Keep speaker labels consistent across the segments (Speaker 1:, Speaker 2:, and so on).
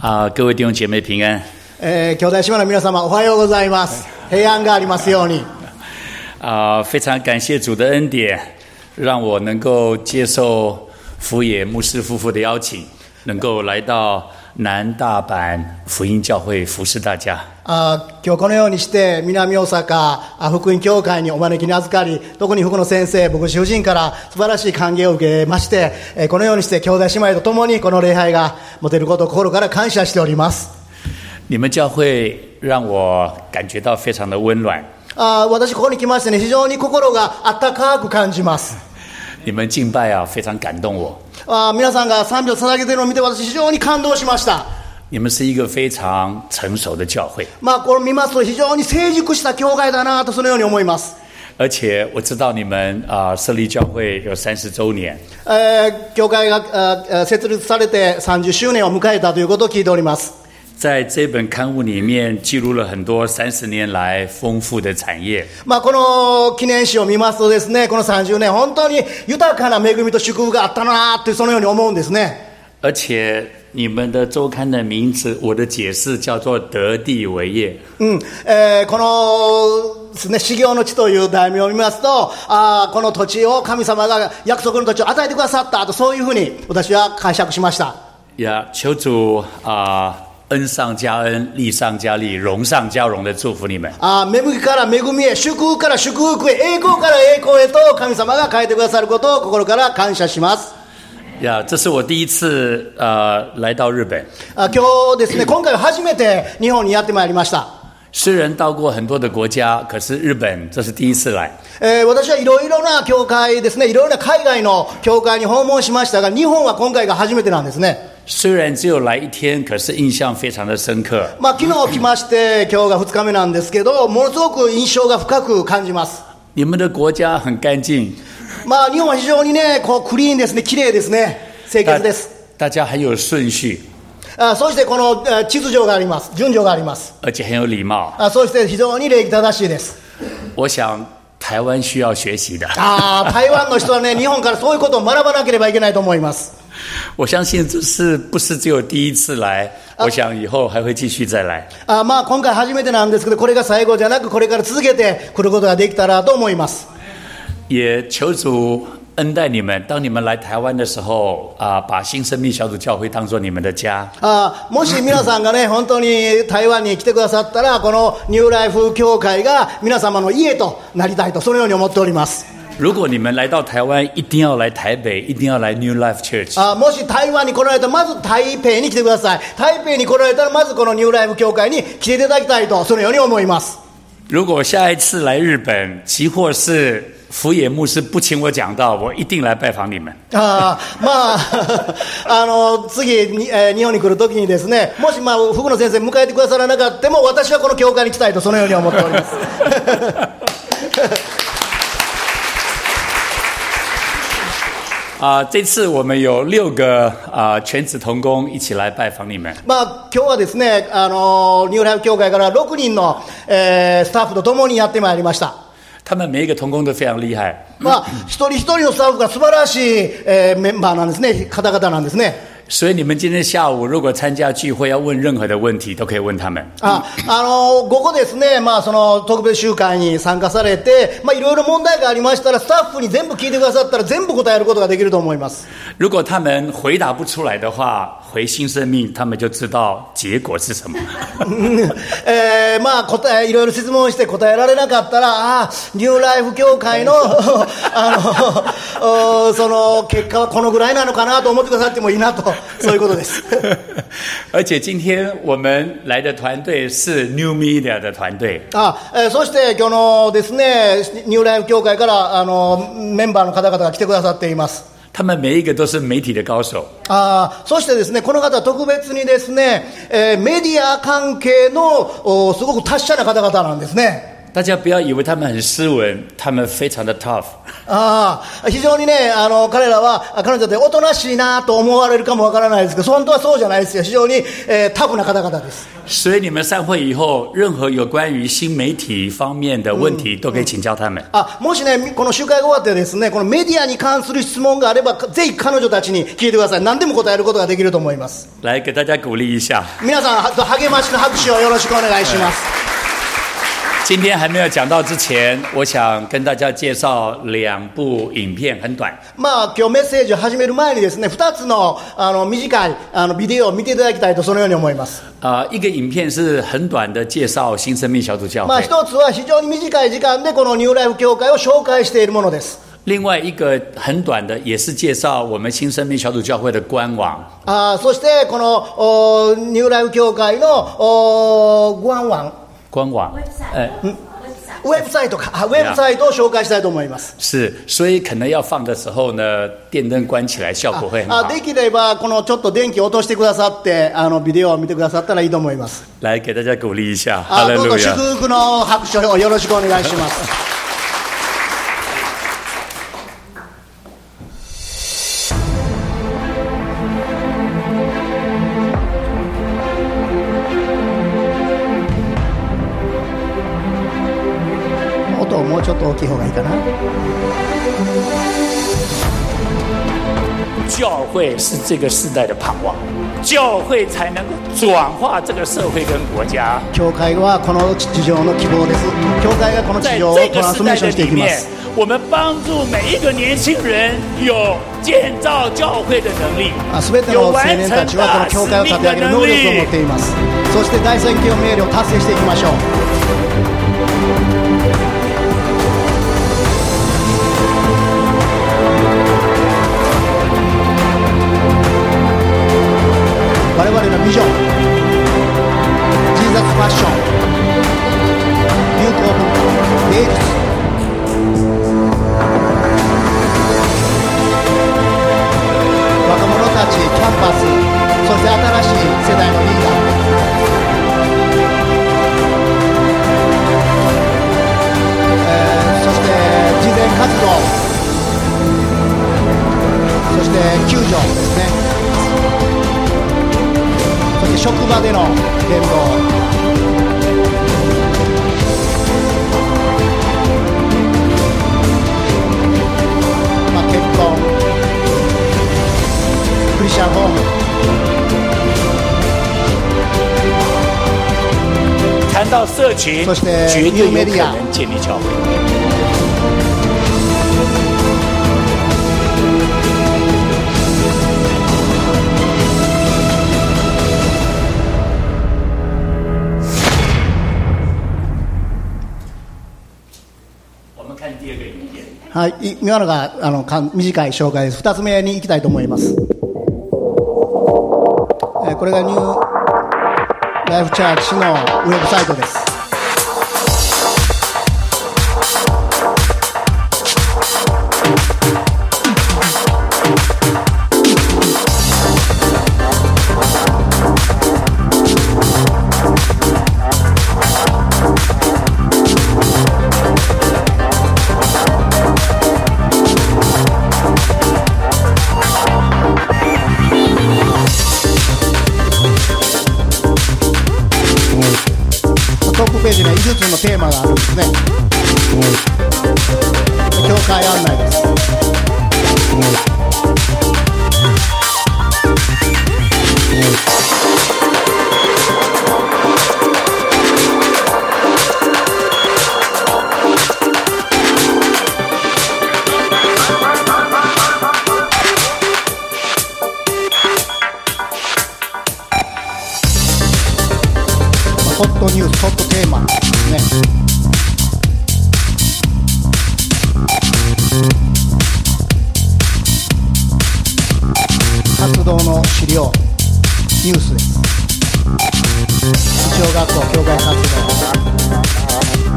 Speaker 1: 啊，各位弟兄姐妹平安
Speaker 2: えー兄弟姉妹の皆様おはようございます平安がありますように
Speaker 1: 啊！非常感谢主的恩典，让我能够接受福野牧师夫妇的邀请，能够来到南大阪福音教会服侍大家。
Speaker 2: あー今日このようにして南大阪あ福音教会にお招きに預かり特に福野先生牧師夫人から素晴らしい歓迎を受けまして、えーこのようにして兄弟姉妹と共にこの礼拝が持てることを心から感謝しております
Speaker 1: 你们教会让我感觉到非常的温暖，
Speaker 2: あー私ここに来ましてね非常に心があったかく感じます
Speaker 1: 你们敬拜啊非常感动我。
Speaker 2: あー皆さんが賛美を捧げているのを見て私非常に感動しました
Speaker 1: 你们是一个非常成熟的教会，
Speaker 2: まあこれを見ますと非常に成熟した教会だなとそのように思います
Speaker 1: 而且我知道你们啊、设立教会有三十周年，
Speaker 2: えー教会がえーえー設立されて30周年を迎えたということを聞いております。
Speaker 1: 在这本刊物里面记录了很多三十年来丰富的产业，
Speaker 2: まあ、この記念誌を見ますとですね、この30年、本当に豊かな恵みと祝福があったなって、そのように思うんですね。
Speaker 1: 而且你们的周刊的名字，我的解释叫做“得地为业
Speaker 2: うん。えーこの、ですね、修行の地という題名を見ますと、あーこの土地を神様が約束の土地を与えてくださったと、そういうふうに私は解釈しました。”。
Speaker 1: 呀，求主啊、恩上加恩，利上加利，荣上加荣的祝福你们。
Speaker 2: あー恵みから恵みへ、祝福から祝福へ、栄光から栄光へと神様が変えてくださることを心から感謝します。
Speaker 1: 呀，这是我第一次呃来到日本，
Speaker 2: あ今日ですね、今回は初めて日本にやってまいりました。
Speaker 1: 虽然到过很多的国家，可是日本这是第一次来。
Speaker 2: えー私はいろいろな教会ですね、いろいろな海外の教会に訪問しましたが、日本は今回が初めてなんですね。
Speaker 1: 虽然只有来一天，可是印象非常的深刻。
Speaker 2: まあ、昨日来まして、今日が2日目なんですけど、ものすごく印象が深く感じます。
Speaker 1: 你们的国家很干净，
Speaker 2: まあ、日本は非常にね、こう、クリーンですね、綺麗ですね、清潔です。
Speaker 1: 大家很有顺序，
Speaker 2: あそしてこのえー秩序があります。順序があります。
Speaker 1: 而且很有礼貌。
Speaker 2: あそして非常に礼儀正しいです。
Speaker 1: 我想台湾需要学习的。
Speaker 2: ああ、台湾の人はね、日本からそういうことを学ばなければいけないと思います。
Speaker 1: 我相信这是不是只有第一次来？我想以后还会继续再来。
Speaker 2: あまあ今回初めてなんですけど、これが最後じゃなく、これから続けて来ることができたらと思います。
Speaker 1: 也求主恩待你们，当你们来台湾的时候啊，把新生命小组教会当做你们的家。
Speaker 2: あもし皆さんがね、本当に台湾に来てくださったら、このニューライフ協会が皆様の家となりたいと、そのように思っております。
Speaker 1: 如果你们来到台湾，一定要来台北，一定要来 New Life Church。
Speaker 2: あもし台湾に来られたら、まず台北に来てください。台北に来られたら、まずこのニューライフ協会に来ていただきたいと、そのように思います。
Speaker 1: 如果下一次来日本，即或是福野牧师不请我讲道，我一定来拜访你们。
Speaker 2: あーまあ、あ の次に、えー日本に来るときにですね、もし、まあ、福野先生、迎えてくださらなかったも、私はこの教会に来たいと、そのように思っております。
Speaker 1: 啊，这次我们有六个啊全职童工一起来拜访你们。
Speaker 2: まあ、今日はですね、あのニューライフ教会から6人の、えースタッフと共にやってまいりました。
Speaker 1: 他们每一个童工都非常厉害，
Speaker 2: まあ、一人一人のスタッフが素晴らしい、えーメンバーなんですね、方々なんですね。
Speaker 1: 所以你们今天下午如果参加聚会，要问任何的问题都可以问他们。
Speaker 2: あ、あの午後ですね、まあ、その特別集会に参加されて、まあ、いろいろ問題がありましたら、スタッフに全部聞いてくださったら、全部答えることができると思います。
Speaker 1: 如果他们回答不出来的话，回新生命，他们就知道结果是什么。
Speaker 2: えーまあ答えいろいろ質問して答えられなかったら、ああ、ニューライフ協会の あの おその結果はこのぐらいなのかなと思ってくださってもいいなと、そういうことです。
Speaker 1: 而且今天我们来的团队是 New Media 的团队，
Speaker 2: あえーそして今日のですね、ニューライフ協会からあのメンバーの方々が来てくださっています。
Speaker 1: 他们每一个都是媒体的高手，
Speaker 2: あーそしてですね、この方は特別にですね、えーメディア関係のおすごく達者な方々なんですね。
Speaker 1: 大家不要以为他们很斯文，他们非常的 tough。
Speaker 2: ああ非常にねあの彼らはあ彼女っておとなしいなと思われるかもわからないですけど本当はそうじゃないですよ非常に、えータフな方々です
Speaker 1: 所以你们散会以后，任何有关于新媒体方面的问题都可以请教他们。
Speaker 2: あもしねこの集会が終わってですねこのメディアに関する質問があればかぜひ彼女たちに聞いてください何でも答えることができると思います
Speaker 1: 来给大家鼓励一下。
Speaker 2: 皆さんは励ましの拍手をよろしくお願いします
Speaker 1: 今天还没有讲到之前，我想跟大家介绍两部影片，很短。
Speaker 2: まあ今日メッセージを始める前にですね2つのあの短いあのビデオを見ていただきたいとそのように思います
Speaker 1: 啊、一个影片是很短的介绍新生命小组教
Speaker 2: まあ
Speaker 1: 会，
Speaker 2: 一つは非常に短い時間でこのニューライフ教会を紹介しているものです
Speaker 1: 另外一个很短的也是介绍我们新生命小组教会的官网。
Speaker 2: あーそしてこのおーニューライフ協会のおーグワンワン
Speaker 1: 官网，呃，
Speaker 2: ウェブサイトかあウェブサイトを紹介したいと思います
Speaker 1: 是，所以可能要放的时候呢，电灯关起来效果会很
Speaker 2: あ
Speaker 1: 好。
Speaker 2: できればこのちょっと電気落としてくださってあのビデオを見てくださったらいいと思います
Speaker 1: 来给大家鼓励一下，哈
Speaker 2: あ
Speaker 1: 利
Speaker 2: どう
Speaker 1: 路
Speaker 2: ぞ祝
Speaker 1: 亚。
Speaker 2: 福の拍手をよろしくお願いします音をもうちょっと大きい方がいいかな
Speaker 1: 教会是这个时代的盼望，教会才能够转化这个社会跟国家。
Speaker 2: 教会はこの地上の希望です教会がこの地
Speaker 1: 在
Speaker 2: 上を
Speaker 1: 这
Speaker 2: ト
Speaker 1: 个
Speaker 2: ラン
Speaker 1: 时代
Speaker 2: スフォーメーショ
Speaker 1: 的
Speaker 2: ンして
Speaker 1: 里
Speaker 2: いきま
Speaker 1: 面
Speaker 2: す，
Speaker 1: 我们帮助每一个年轻人有建造教会的能力
Speaker 2: あ全て，
Speaker 1: 有
Speaker 2: の青
Speaker 1: 完
Speaker 2: 年
Speaker 1: 成
Speaker 2: たちはこ
Speaker 1: 大
Speaker 2: の
Speaker 1: 使
Speaker 2: 教会を立
Speaker 1: 命
Speaker 2: て
Speaker 1: 的
Speaker 2: 上げる
Speaker 1: 能
Speaker 2: 能力を持
Speaker 1: 力
Speaker 2: っ。ていますそして第三期の命令を達成していきましょう我々のビジョンジーザスファッション流行文化芸術若者たちキャンパスそして新しい世代のリーダーえーそして慈善活動そして救助ですねそして職場での言動まあ結婚クリスチャンホーム
Speaker 1: 谈到社群
Speaker 2: そして，
Speaker 1: 绝对有
Speaker 2: new media
Speaker 1: 可能建立教会。我们看第二个影片。
Speaker 2: はい、い今のがあのかん短い紹介です。二つ目に行きたいと思います。えーこれがニューライフチャーチのウェブサイトです。トップページには5つのテーマがあるんですね。教会案内です。ホットニュース、ホットテーマですね。活動の資料、ニュースです。日曜学校、教会活動。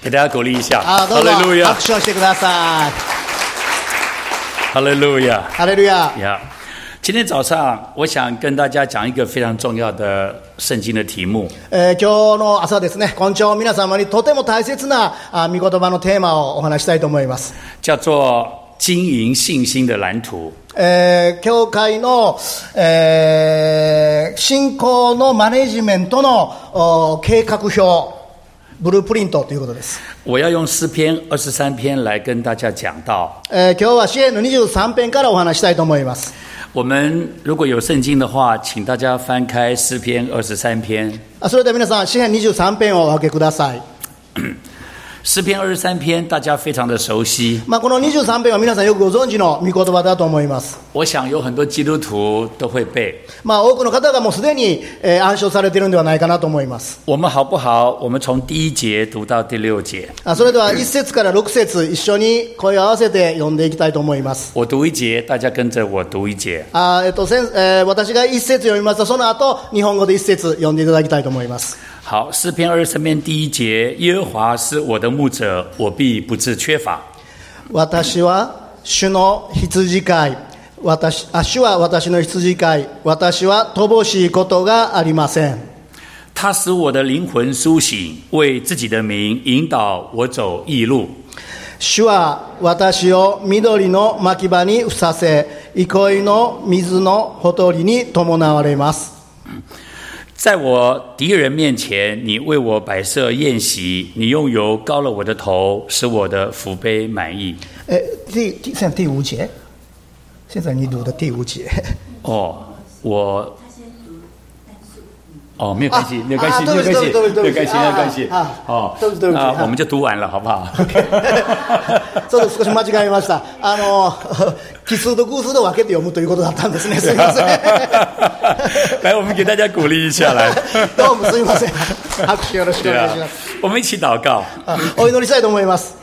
Speaker 1: 给大家鼓励一下。
Speaker 2: あ
Speaker 1: 哈
Speaker 2: どう
Speaker 1: 利路
Speaker 2: ぞ
Speaker 1: 亚
Speaker 2: 拍，手をしてください
Speaker 1: 哈利路亚。
Speaker 2: ハレルヤ
Speaker 1: 呀今天早上我想跟大家讲一个非常重要的圣经的题目，
Speaker 2: えー今日の朝ですね、今朝皆様にとても大切なあ御言葉のテーマをお話したいと思います。
Speaker 1: 叫做“经营信心的蓝图
Speaker 2: えー教会の、えー信仰のマネジメントのお計画表、ブループリントということです。”。
Speaker 1: 我要用诗篇二十三篇来跟大家讲到。
Speaker 2: えー今日は支援の23編からお話したいと思います。
Speaker 1: 我们如果有圣经的话，请大家翻开诗篇二十三篇。
Speaker 2: あそれでは皆さん、支援23編をお分けください。
Speaker 1: 诗篇二十三篇大家非常的熟悉，
Speaker 2: まあ、この23編は皆さんよくご存知の御言葉だと思います。
Speaker 1: 我想有很多基督徒都会背。
Speaker 2: まあ、多くの方がもうすでに、えー暗唱されているんではないかなと思います。
Speaker 1: 我们好不好？我们从第一节读到第六节，
Speaker 2: あそれでは1節から6節一緒に声を合わせて読んでいきたいと思います
Speaker 1: 我读一节，大家跟着我读一节。
Speaker 2: あ、えっとせんえー私が1節読みましたその後日本語で1節読んでいただきたいと思います
Speaker 1: 好，诗篇二十三篇第一节：耶和华是我的牧者，我必不致缺乏。
Speaker 2: 私は主の羊飼い私あ主は私の羊飼い私は乏しいことがありません
Speaker 1: 他使我的灵魂苏醒，为自己的名引导我走义路。
Speaker 2: 主は私を緑の牧場にふさせ憩いの水のほとりに伴われます
Speaker 1: 在我敌人面前，你为我摆设宴席，你用油膏了我的头，使我的福杯满意。
Speaker 2: え、第第现在第五节，现在你读的第五节。
Speaker 1: 哦，我。哦，没有关系
Speaker 2: 啊，
Speaker 1: 没有关系，
Speaker 2: 啊
Speaker 1: 没有关系，
Speaker 2: 对不起对不起对不起
Speaker 1: 没有关系，没
Speaker 2: 啊
Speaker 1: 有关系。
Speaker 2: 啊啊
Speaker 1: 哦
Speaker 2: 对不起对不起
Speaker 1: 啊
Speaker 2: 啊
Speaker 1: 我们就读完了，好不 好？
Speaker 2: ちょっと少し間違えました。あの、奇数と偶数と分けて読むということだったんですね。すみません。
Speaker 1: 来，我们给大家鼓励一下， 来，
Speaker 2: どうもすみません。拍手よろしくお
Speaker 1: 对
Speaker 2: 願い
Speaker 1: 啊
Speaker 2: します。，
Speaker 1: 我们一起祷告。
Speaker 2: あお祈りしたいと思います。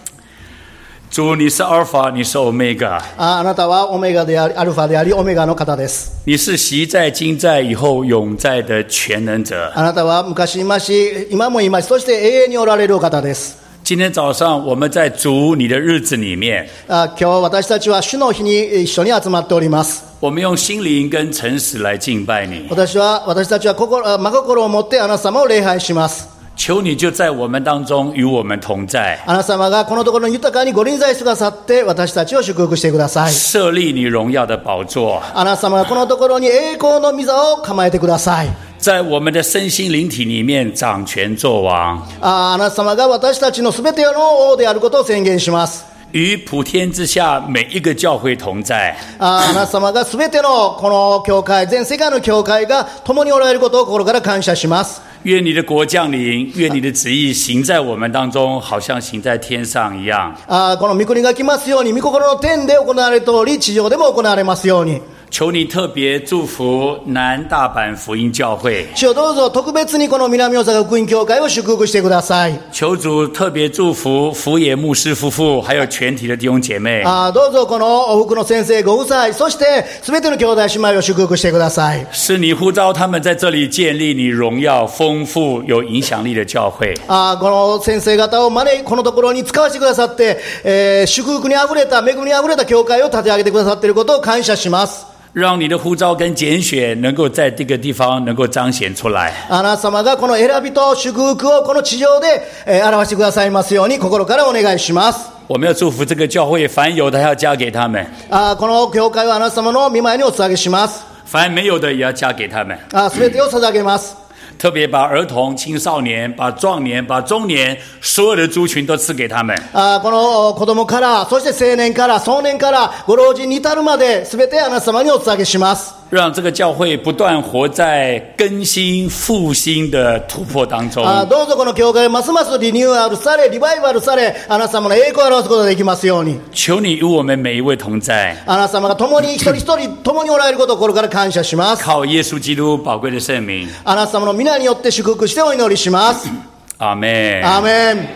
Speaker 1: 主，你是阿尔法，你是 Omega，
Speaker 2: ああなたはオメガであり、アルファであり、オメガの方です。
Speaker 1: 你是习在、今在、以后永在的全能者。
Speaker 2: あなたは昔いまし、今もいまし、そして永遠におられるお方です。
Speaker 1: 今天早上我们在主你的日子里面，
Speaker 2: あ今日私たちは主の日に一緒に集まっております。
Speaker 1: 我们用心灵跟诚实来敬拜你。
Speaker 2: 私は、私たちは心、あ真心を持ってあなた様を礼拝します。
Speaker 1: 求你就在我们当中与我们同在，
Speaker 2: あなた様がこのところに豊かにご臨在してくださって私たちを祝福してください
Speaker 1: 设立你荣耀的宝座，
Speaker 2: あなた様がこのところに栄光の御座を構えてください
Speaker 1: 在我们的身心灵体里面掌权作王，
Speaker 2: ああなた様が私たちの全ての王であることを宣言します
Speaker 1: 与普天之下每一个教会同在。
Speaker 2: ああなた様が全てのこの教会全世界の教会が共におられることを心から感謝します
Speaker 1: 愿你的国降临，愿你的旨意行在我们当中，好像行在天上一样。
Speaker 2: ああこの御国が来ますように御心の天で行われており地上でも行われますように
Speaker 1: 求你特别祝福南大阪福音教会，
Speaker 2: 主よどうぞ特別にこの南大阪福音教会を祝福してください
Speaker 1: 求主特别祝福福野牧师夫妇，还有全体的弟兄姐妹。
Speaker 2: あーどうぞこのお福の先生ご夫妻、そして全ての兄弟姉妹を祝福してください。
Speaker 1: 是你呼召他们在这里建立你荣耀、丰富、有影响力的教会。
Speaker 2: あーこの先生方を招い、このところに使わせてくださって、えー祝福にあふれた、恵みにあふれた教会を立て上げてくださっていることを感謝します。
Speaker 1: 让你的呼召跟拣选能够在这个地方能够彰显出来。
Speaker 2: あなた様がこの選びと祝福をこの地上で、えー表してくださいますように心からお願いします。
Speaker 1: 我们要祝福这个教会，凡有的还要加给他们，
Speaker 2: あーこの教会はあなた様の見舞いにお捧げします。
Speaker 1: 凡没有的也要加给他们。
Speaker 2: あー全てを捧げます。
Speaker 1: 特别把儿童、青少年、把壮年、把中年所有的族群都赐给他们。
Speaker 2: あーこの子供から、そして青年から、壮年から、ご老人に至るまで、すべてあなた様にお捧げします。
Speaker 1: 让这个教会不断活在更新复兴的突破当中。
Speaker 2: あーどうぞこの教会をますますリニューアルされ、リバイバルされ、あなた様の栄光を表すことができますように。
Speaker 1: 求你与我们每一位同在，
Speaker 2: あなた様が共に一人一人共におられることを心から感謝します。
Speaker 1: 靠耶稣基督宝贵的圣名，
Speaker 2: あなた様の皆によって祝福してお祈りします。
Speaker 1: 阿妹。
Speaker 2: アーメン。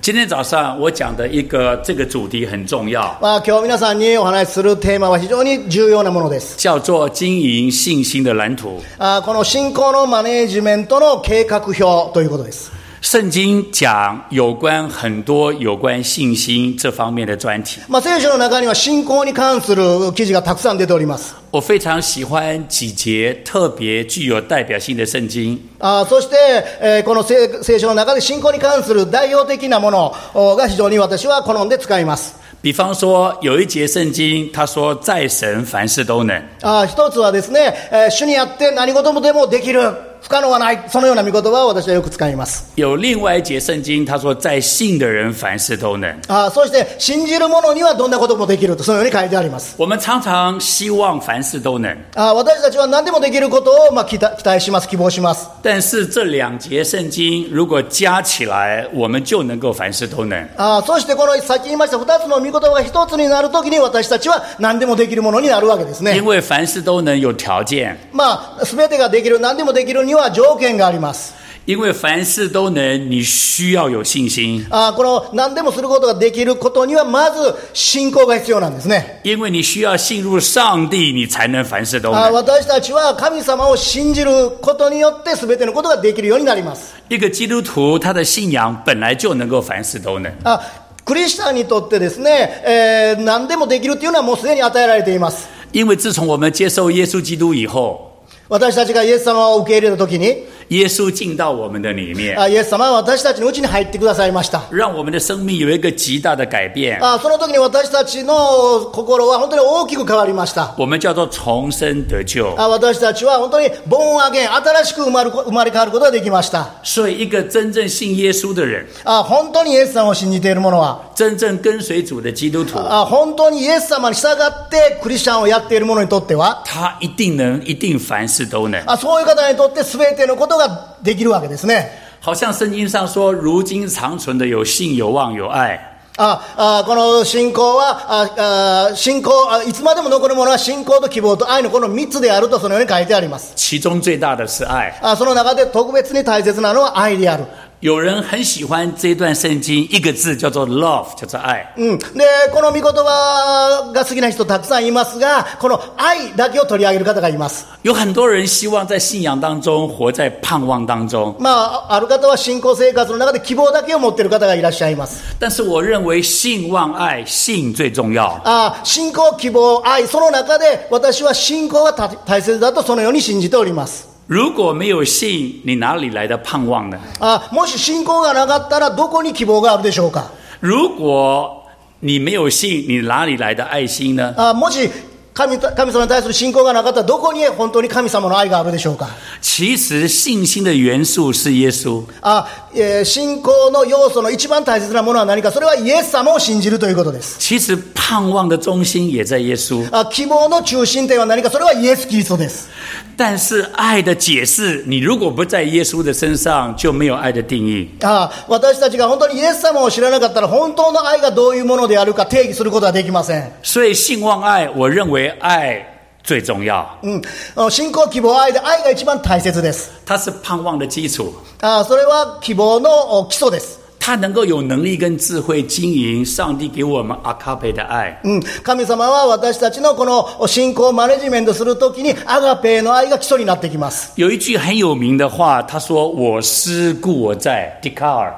Speaker 1: 今天早上我讲的一个这个主题很重要，
Speaker 2: まあ、今日皆さんにお話しするテーマは非常に重要なものです。
Speaker 1: 叫做经营信心的蓝图。
Speaker 2: あーこの信仰のマネージメントの計画表ということです。
Speaker 1: 圣经讲有关很多有关信心这方面的专题。
Speaker 2: まあ、聖書の中には信仰に関する記事がたくさん出ております。
Speaker 1: 我非常喜欢几节特别具有代表性的圣经，
Speaker 2: あーそして、えーこの聖聖書の中で信仰に関する代表的なものおが非常に私は好んで使います。
Speaker 1: 比方说有一节圣经，他说在神凡事都能。
Speaker 2: あー一つはですね、えー主にあって何事もでもできる。不可能はない。そのような見言葉を私はよく使います。
Speaker 1: 有另外一节圣经，他说在信的人凡事都能。
Speaker 2: あーそして、信じる者にはどんなこともできると、そのように書いてあります。
Speaker 1: 我们常常希望凡事都能，
Speaker 2: あー私たちは何でもできることを、まあ、期待期待します、希望します。
Speaker 1: 但是这两节圣经如果加起来，我们就能够凡事都能。
Speaker 2: あーそしてこのさっき言いました二つの御言葉が一つになるときに私たちは何でもできるものになるわけです
Speaker 1: 因
Speaker 2: ね。
Speaker 1: 为凡事都能有条件，
Speaker 2: まあ、すべてができる、何でもできるには条件があります。
Speaker 1: 因为凡事都能，你需要有信心，
Speaker 2: あーこの何でもすることができることにはまず信仰が必要なんですね。
Speaker 1: 因为你需要信入上帝，你才能凡事都
Speaker 2: あー
Speaker 1: 能。
Speaker 2: 私たちは神様を信じることによってすべてのことができるようになります。
Speaker 1: 一个基督徒，他的信仰本来就能够凡事都能。
Speaker 2: あクリスチャンにとってですね、えー何でもできるっていうのはもうすでに与えられています。
Speaker 1: 因为自从我们接受耶稣基督以后，
Speaker 2: 私たちがイエス様を受け入れたときに
Speaker 1: 耶稣进到我们的里面，
Speaker 2: あ、イエス様は私たちのうちに入ってくださいました。
Speaker 1: 让我们的生命有一个极大的改变。
Speaker 2: あその時に私たちの心は本当に大きく変わりました。
Speaker 1: 我们叫做重生得救。
Speaker 2: あ私たちは本当にボーンアゲン、新しく生まれ生まれ変わることができました。
Speaker 1: 所以，一个真正信耶稣的人，
Speaker 2: あ本当にイエス様を信じている者は、
Speaker 1: 真正跟随主的基督徒，
Speaker 2: あ本当にイエス様に従ってクリスチャンをやっている者にとっては、
Speaker 1: 他一定能，一定凡事都能。
Speaker 2: あそういう方にとって全てのことができるわけですね。
Speaker 1: 好像圣经上说，如今长存的有信、有望、有爱。
Speaker 2: ああこの信仰はああ信仰あいつまでも残るものは信仰と希望と愛のこの3つであるとそのように書いてあります
Speaker 1: 其中最大的是爱。
Speaker 2: あその中で特別に大切なのは愛である
Speaker 1: 有人很喜欢这段圣经，一个字叫做 love，叫做爱。
Speaker 2: うん、でこの御言葉が好きな人たくさんいますがこの愛だけを取り上げる方がいます、
Speaker 1: 有很多人希望在信仰当中活在盼望当中，
Speaker 2: まあ、ある方は信仰生活の中で希望だけを持っている方がいらっしゃいます
Speaker 1: 但是我认为信望爱信最重要。
Speaker 2: あ信仰希望愛その中で私は信仰がた大切だとそのように信じております
Speaker 1: 如果没有信，你哪里来的盼望呢？
Speaker 2: あもし信仰がなかったらどこに希望があるでしょうか
Speaker 1: 如果你没有信，你哪里来的爱心呢？
Speaker 2: あもし神た神様に対する信仰がなかったらどこに本当に神様の愛があるでしょうか
Speaker 1: 其实信心的元素是耶稣，
Speaker 2: あ、えー信仰の要素の一番大切なものは何かそれはイエス様を信じるということです
Speaker 1: 其实盼望的中心也在耶稣，
Speaker 2: あ希望の中心点は何かそれはイエス・キリストです
Speaker 1: 但是爱的解释，你如果不在耶稣的身上，就没有爱的定义。
Speaker 2: あ私たちが本当にイエス様を知らなかったら本当の爱がどういうものであるか定義することはできません、
Speaker 1: 所以信望爱，我认为爱最重要，
Speaker 2: うん、あの信仰希望愛で愛が一番大切です
Speaker 1: 它是盼望的基础，
Speaker 2: あそれは希望のお基礎です、
Speaker 1: 它能够有能力跟智慧经营上帝给我们阿卡贝的爱。
Speaker 2: うん、神様は私たちのこの信仰をマネジメントするときにアガペーの愛が基礎になってきます
Speaker 1: 有一句很有名的话，他说：“我思故我在。”笛卡尔。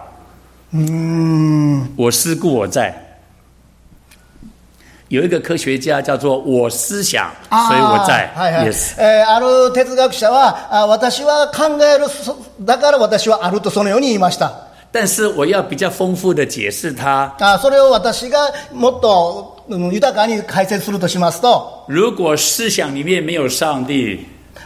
Speaker 1: 嗯，我思故我在。有一个科学家叫做“我思想，
Speaker 2: 啊
Speaker 1: 所以我在”。
Speaker 2: はいはい
Speaker 1: Yes，
Speaker 2: えーある哲学者はあ私は考えるそだから私はあるとそのように言いました
Speaker 1: 但是我要比较丰富的解释它。
Speaker 2: あそれを私がもっと、うん豊かに解説するとしますと、
Speaker 1: 如果思想里面没有上帝，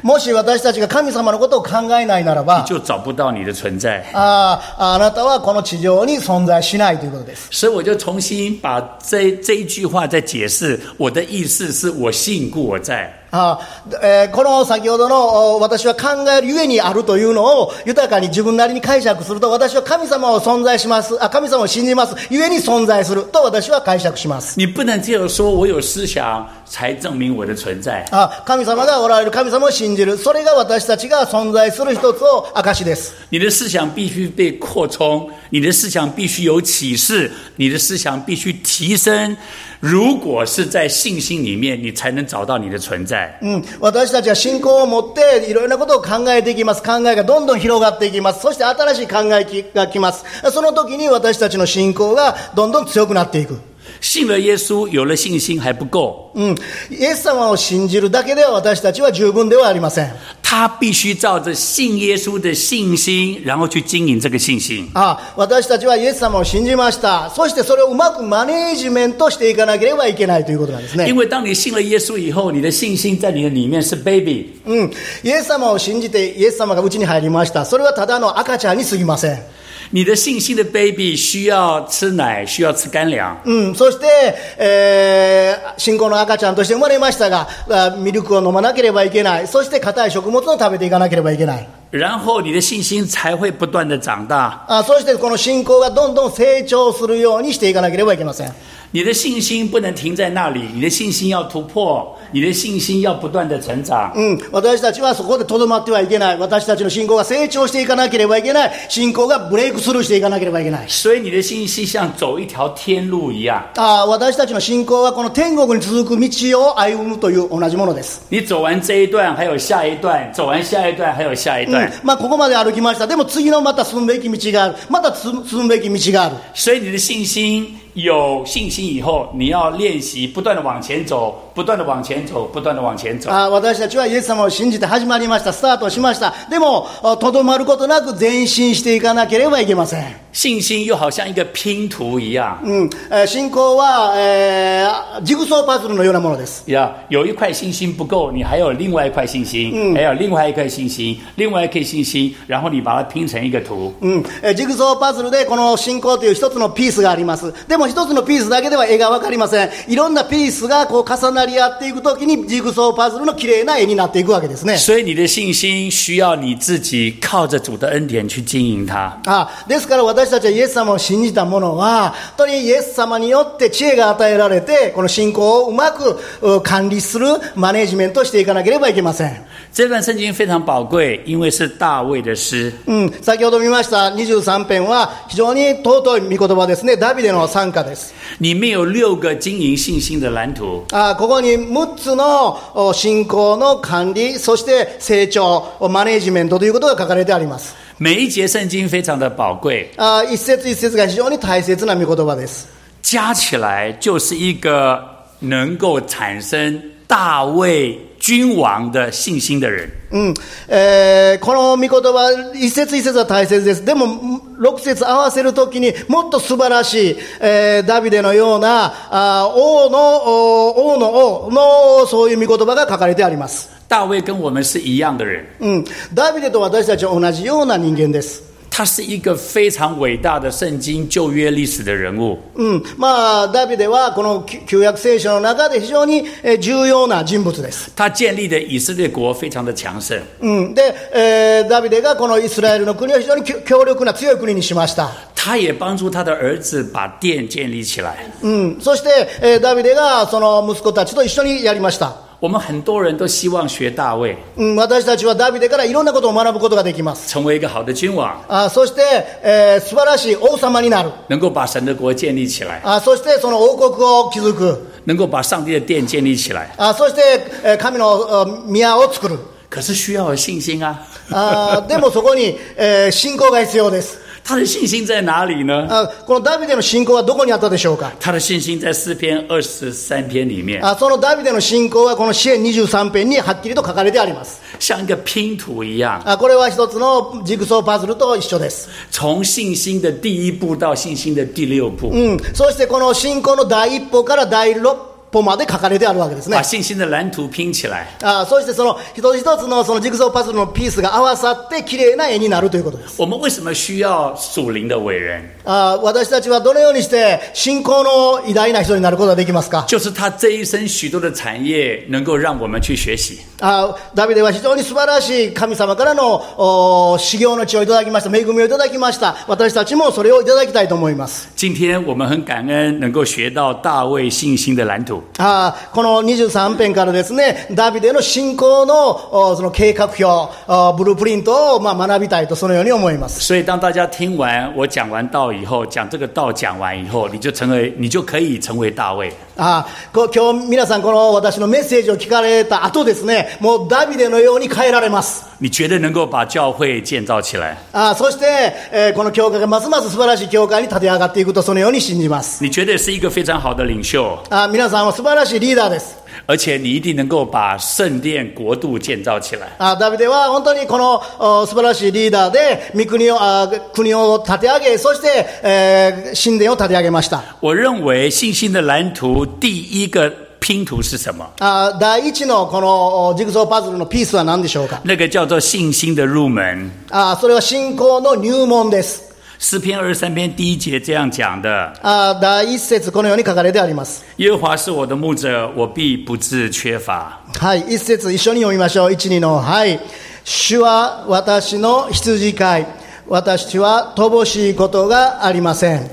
Speaker 2: もし私たちが神様のことを考えないならば、
Speaker 1: 就找不到你的存在。
Speaker 2: あああなたはこの地上に存在しないということです。
Speaker 1: 所以我就重新把这这一句话再解释。我的意思是我信故我在。
Speaker 2: あえーこの先ほどのお私は考えるゆえにあるというのを豊かに自分なりに解釈すると私は神様を存在しますあ神様を信じますゆえに存在すると私は解釈します
Speaker 1: 你不能只有说我有思想才证明我的存在。
Speaker 2: あ神様がおられる神様を信じるそれが私たちが存在する一つの証です
Speaker 1: 你的思想必须被扩充，你的思想必须有启示，你的思想必须提升。如果是在信心里面，你才能找到你的存在。
Speaker 2: うん、私たちは信仰を持っていろいろなことを考えていきます考えがどんどん広がっていきますそして新しい考えがきますその時に私たちの信仰がどんどん強くなっていく、
Speaker 1: 信了耶稣，有了信心还不够，
Speaker 2: うん、イエス様を信じるだけでは私たちは十分ではありません
Speaker 1: 他必须照着信耶稣的信心，然后去经营这个信心。
Speaker 2: あ私たちはイエス様を信じましたそしてそれをうまくマネージメントしていかなければいけないということなんですね
Speaker 1: 因为当你信了耶稣以后，你的信心在你的里面是 baby，
Speaker 2: うん、イエス様を信じてイエス様がうちに入りましたそれはただの赤ちゃんに過ぎません、
Speaker 1: 你的信心的 baby 需要吃奶，需要吃干粮。
Speaker 2: うん、そして、えー信仰の赤ちゃんとして生まれましたがあミルクを飲まなければいけないそして硬い食物を食べていかなければいけない
Speaker 1: 然后你的信心才会不断的长大，
Speaker 2: あそしてこの信仰がどんどん成長するようにしていかなければいけません
Speaker 1: 你的信心不能停在那里，你的信心要突破，你的信心要不断的成长。
Speaker 2: うん、私たちはそこでとどまってはいけない私たちの信仰が成長していかなければいけない信仰がブレイクスルーしていかなければいけない
Speaker 1: 所以你的信心像走一条天路一样，
Speaker 2: あ私たちの信仰はこの天国に続く道を歩むという同じものです
Speaker 1: 你走完这一段，还有下一段；走完下一段，还有下一段。
Speaker 2: うんまあ、ここまで歩きました、でも次のまた進むべき道がある、またつ進むべき道がある、
Speaker 1: 所以你的信心有信心以后，你要练习不断的往前走，不断的往前走，不断的往前走。
Speaker 2: あ私たちはイエス様を信じて始まりました、スタートしました、でもあとどまることなく前進していかなければいけません、
Speaker 1: 信心又好像一个拼图一样，
Speaker 2: うんえー信仰は、えージグソーパズルのようなものです。
Speaker 1: 呀，有一块信心不够，你还有另外一块信心，还有另外一块信心，另外一块信心，然后你把它拼成一个图。
Speaker 2: うんえージグソーパズルでこの信仰という一つのピースがありますでも一つのピースだけでは絵が分かりませんいろんなピースがこう重なり合っていくときにジグソーパズルの綺麗な絵になっていくわけです ね
Speaker 1: 所以你的信心需要你自己靠着主的恩典去经营它。
Speaker 2: あですから私たちはイエス様を信じた者は本当にイエス様によって知恵が与えられてこの信仰をうまくう管理するマネージメントをしていかなければいけません、
Speaker 1: 这段圣经非常宝贵，因为是大卫的诗。
Speaker 2: うん、先ほど見ました23編は非常に尊い御言葉ですねダビデの参加です
Speaker 1: 里面有六个经营信心的蓝图，
Speaker 2: あここに6つのお信仰の管理そして成長おマネージメントということが書かれてあります
Speaker 1: 每一节圣经非常的宝贵，
Speaker 2: あ一節一節が非常に大切な御言葉です
Speaker 1: 加起来就是一个能够产生大卫君王的信心的人。
Speaker 2: うんえーこの御言葉一節一節は大切ですでも6節合わせるときにもっと素晴らしい、えーダビデのようなあー王のお王の王のそういう御言葉が書かれてあります、
Speaker 1: 大卫跟我们是一样的人，
Speaker 2: うん、ダビデと私たちは同じような人間です、
Speaker 1: 他是一个非常伟大的圣经旧约历史的人物。
Speaker 2: うんまあ、ダビデはこの旧旧約聖書の中で非常にえー重要な人物です
Speaker 1: 他建立的以色列国非常的强盛，
Speaker 2: うん、で、えーダビデがこのイスラエルの国を非常に強強力な強い国にしました、
Speaker 1: 他也帮助他的儿子把殿建立起来。
Speaker 2: うん、そして、えーダビデがその息子たちと一緒にやりました、
Speaker 1: 我们很多人都希望学大卫，
Speaker 2: うん、私たちはダビデからいろんなことを学ぶことができます
Speaker 1: 成为一个好的君王。
Speaker 2: あそして、えー素晴らしい王様になる
Speaker 1: 能够把神的国建立起来，
Speaker 2: あそしてその王国を築く
Speaker 1: 能够把上帝的殿建立起来，
Speaker 2: あそして、えー神のあ宮を作る
Speaker 1: 可是需要有信心啊。
Speaker 2: あ でもそこに、えー信仰が必要です
Speaker 1: 他的信心在哪里呢？
Speaker 2: あこのダビデの信仰はどこにあったでしょうか
Speaker 1: 他的信心在诗篇二十三篇里面，
Speaker 2: あそのダビデの信仰はこの支援23編にはっきりと書かれてあります
Speaker 1: 像一个拼图一样，
Speaker 2: あこれは一つのジグソーパズルと一緒です、
Speaker 1: 从信心的第一步到信心的第六步，
Speaker 2: うん、そしてこの信仰の第一歩から第六歩まで書かれてあるわけですね
Speaker 1: 把信心的蓝图拼起来。
Speaker 2: あそしてその一つ一つのそのジグソーパズルのピースが合わさって綺麗な絵になるということです
Speaker 1: 我们为什么需要属灵的伟人？
Speaker 2: あ私たちはどのようにして信仰の偉大な人になることができますか
Speaker 1: 就是他这一生许多的产业能够让我们去学习。
Speaker 2: あダビデは非常に素晴らしい神様からのお修行の地をいただきました恵みをいただきました私たちもそれをいただきたいと思います
Speaker 1: 今天我们很感恩能够学到大卫信心的蓝图。
Speaker 2: あーこの23編からですね、ダビデの信仰のおその計画表、おブループリントをまあ学びたいと、そのように思います。
Speaker 1: 所以，当大家听完我讲完道以后，讲这个道讲完以后，你就成为，你就可以成为大卫。
Speaker 2: あこ今日皆さんこの私のメッセージを聞かれた後ですね、もうダビデのように変えられます。
Speaker 1: 你觉得能够把教会建造起来？
Speaker 2: あそして、えーこの教会がますます素晴らしい教会に立て上がっていくとそのように信じます。
Speaker 1: 你绝对是一个非常好的领袖，
Speaker 2: あ皆さんは素晴らしいリーダーです。
Speaker 1: 而且你一定能够把圣殿国度建造起来。
Speaker 2: あダビデは本当にこのお素晴らしいリーダーで、御国をあ国を立て上げ、そして、えー神殿を立て上げました。
Speaker 1: 我认为信心的蓝图第一个拼图是什么？
Speaker 2: あ第一のこのおジグソーパズルのピースは何でしょうか
Speaker 1: 那个叫做信心的入门。
Speaker 2: あそれは信仰の入門です。
Speaker 1: 诗篇二十三篇第一节这样讲的
Speaker 2: あ第一節このように書かれてあります。：“
Speaker 1: 耶和华是我的牧者，我必不致缺乏。
Speaker 2: はい、一節一緒に読みましょう。一、二の、はい。主は私の羊飼い。私は乏しいことがありません。”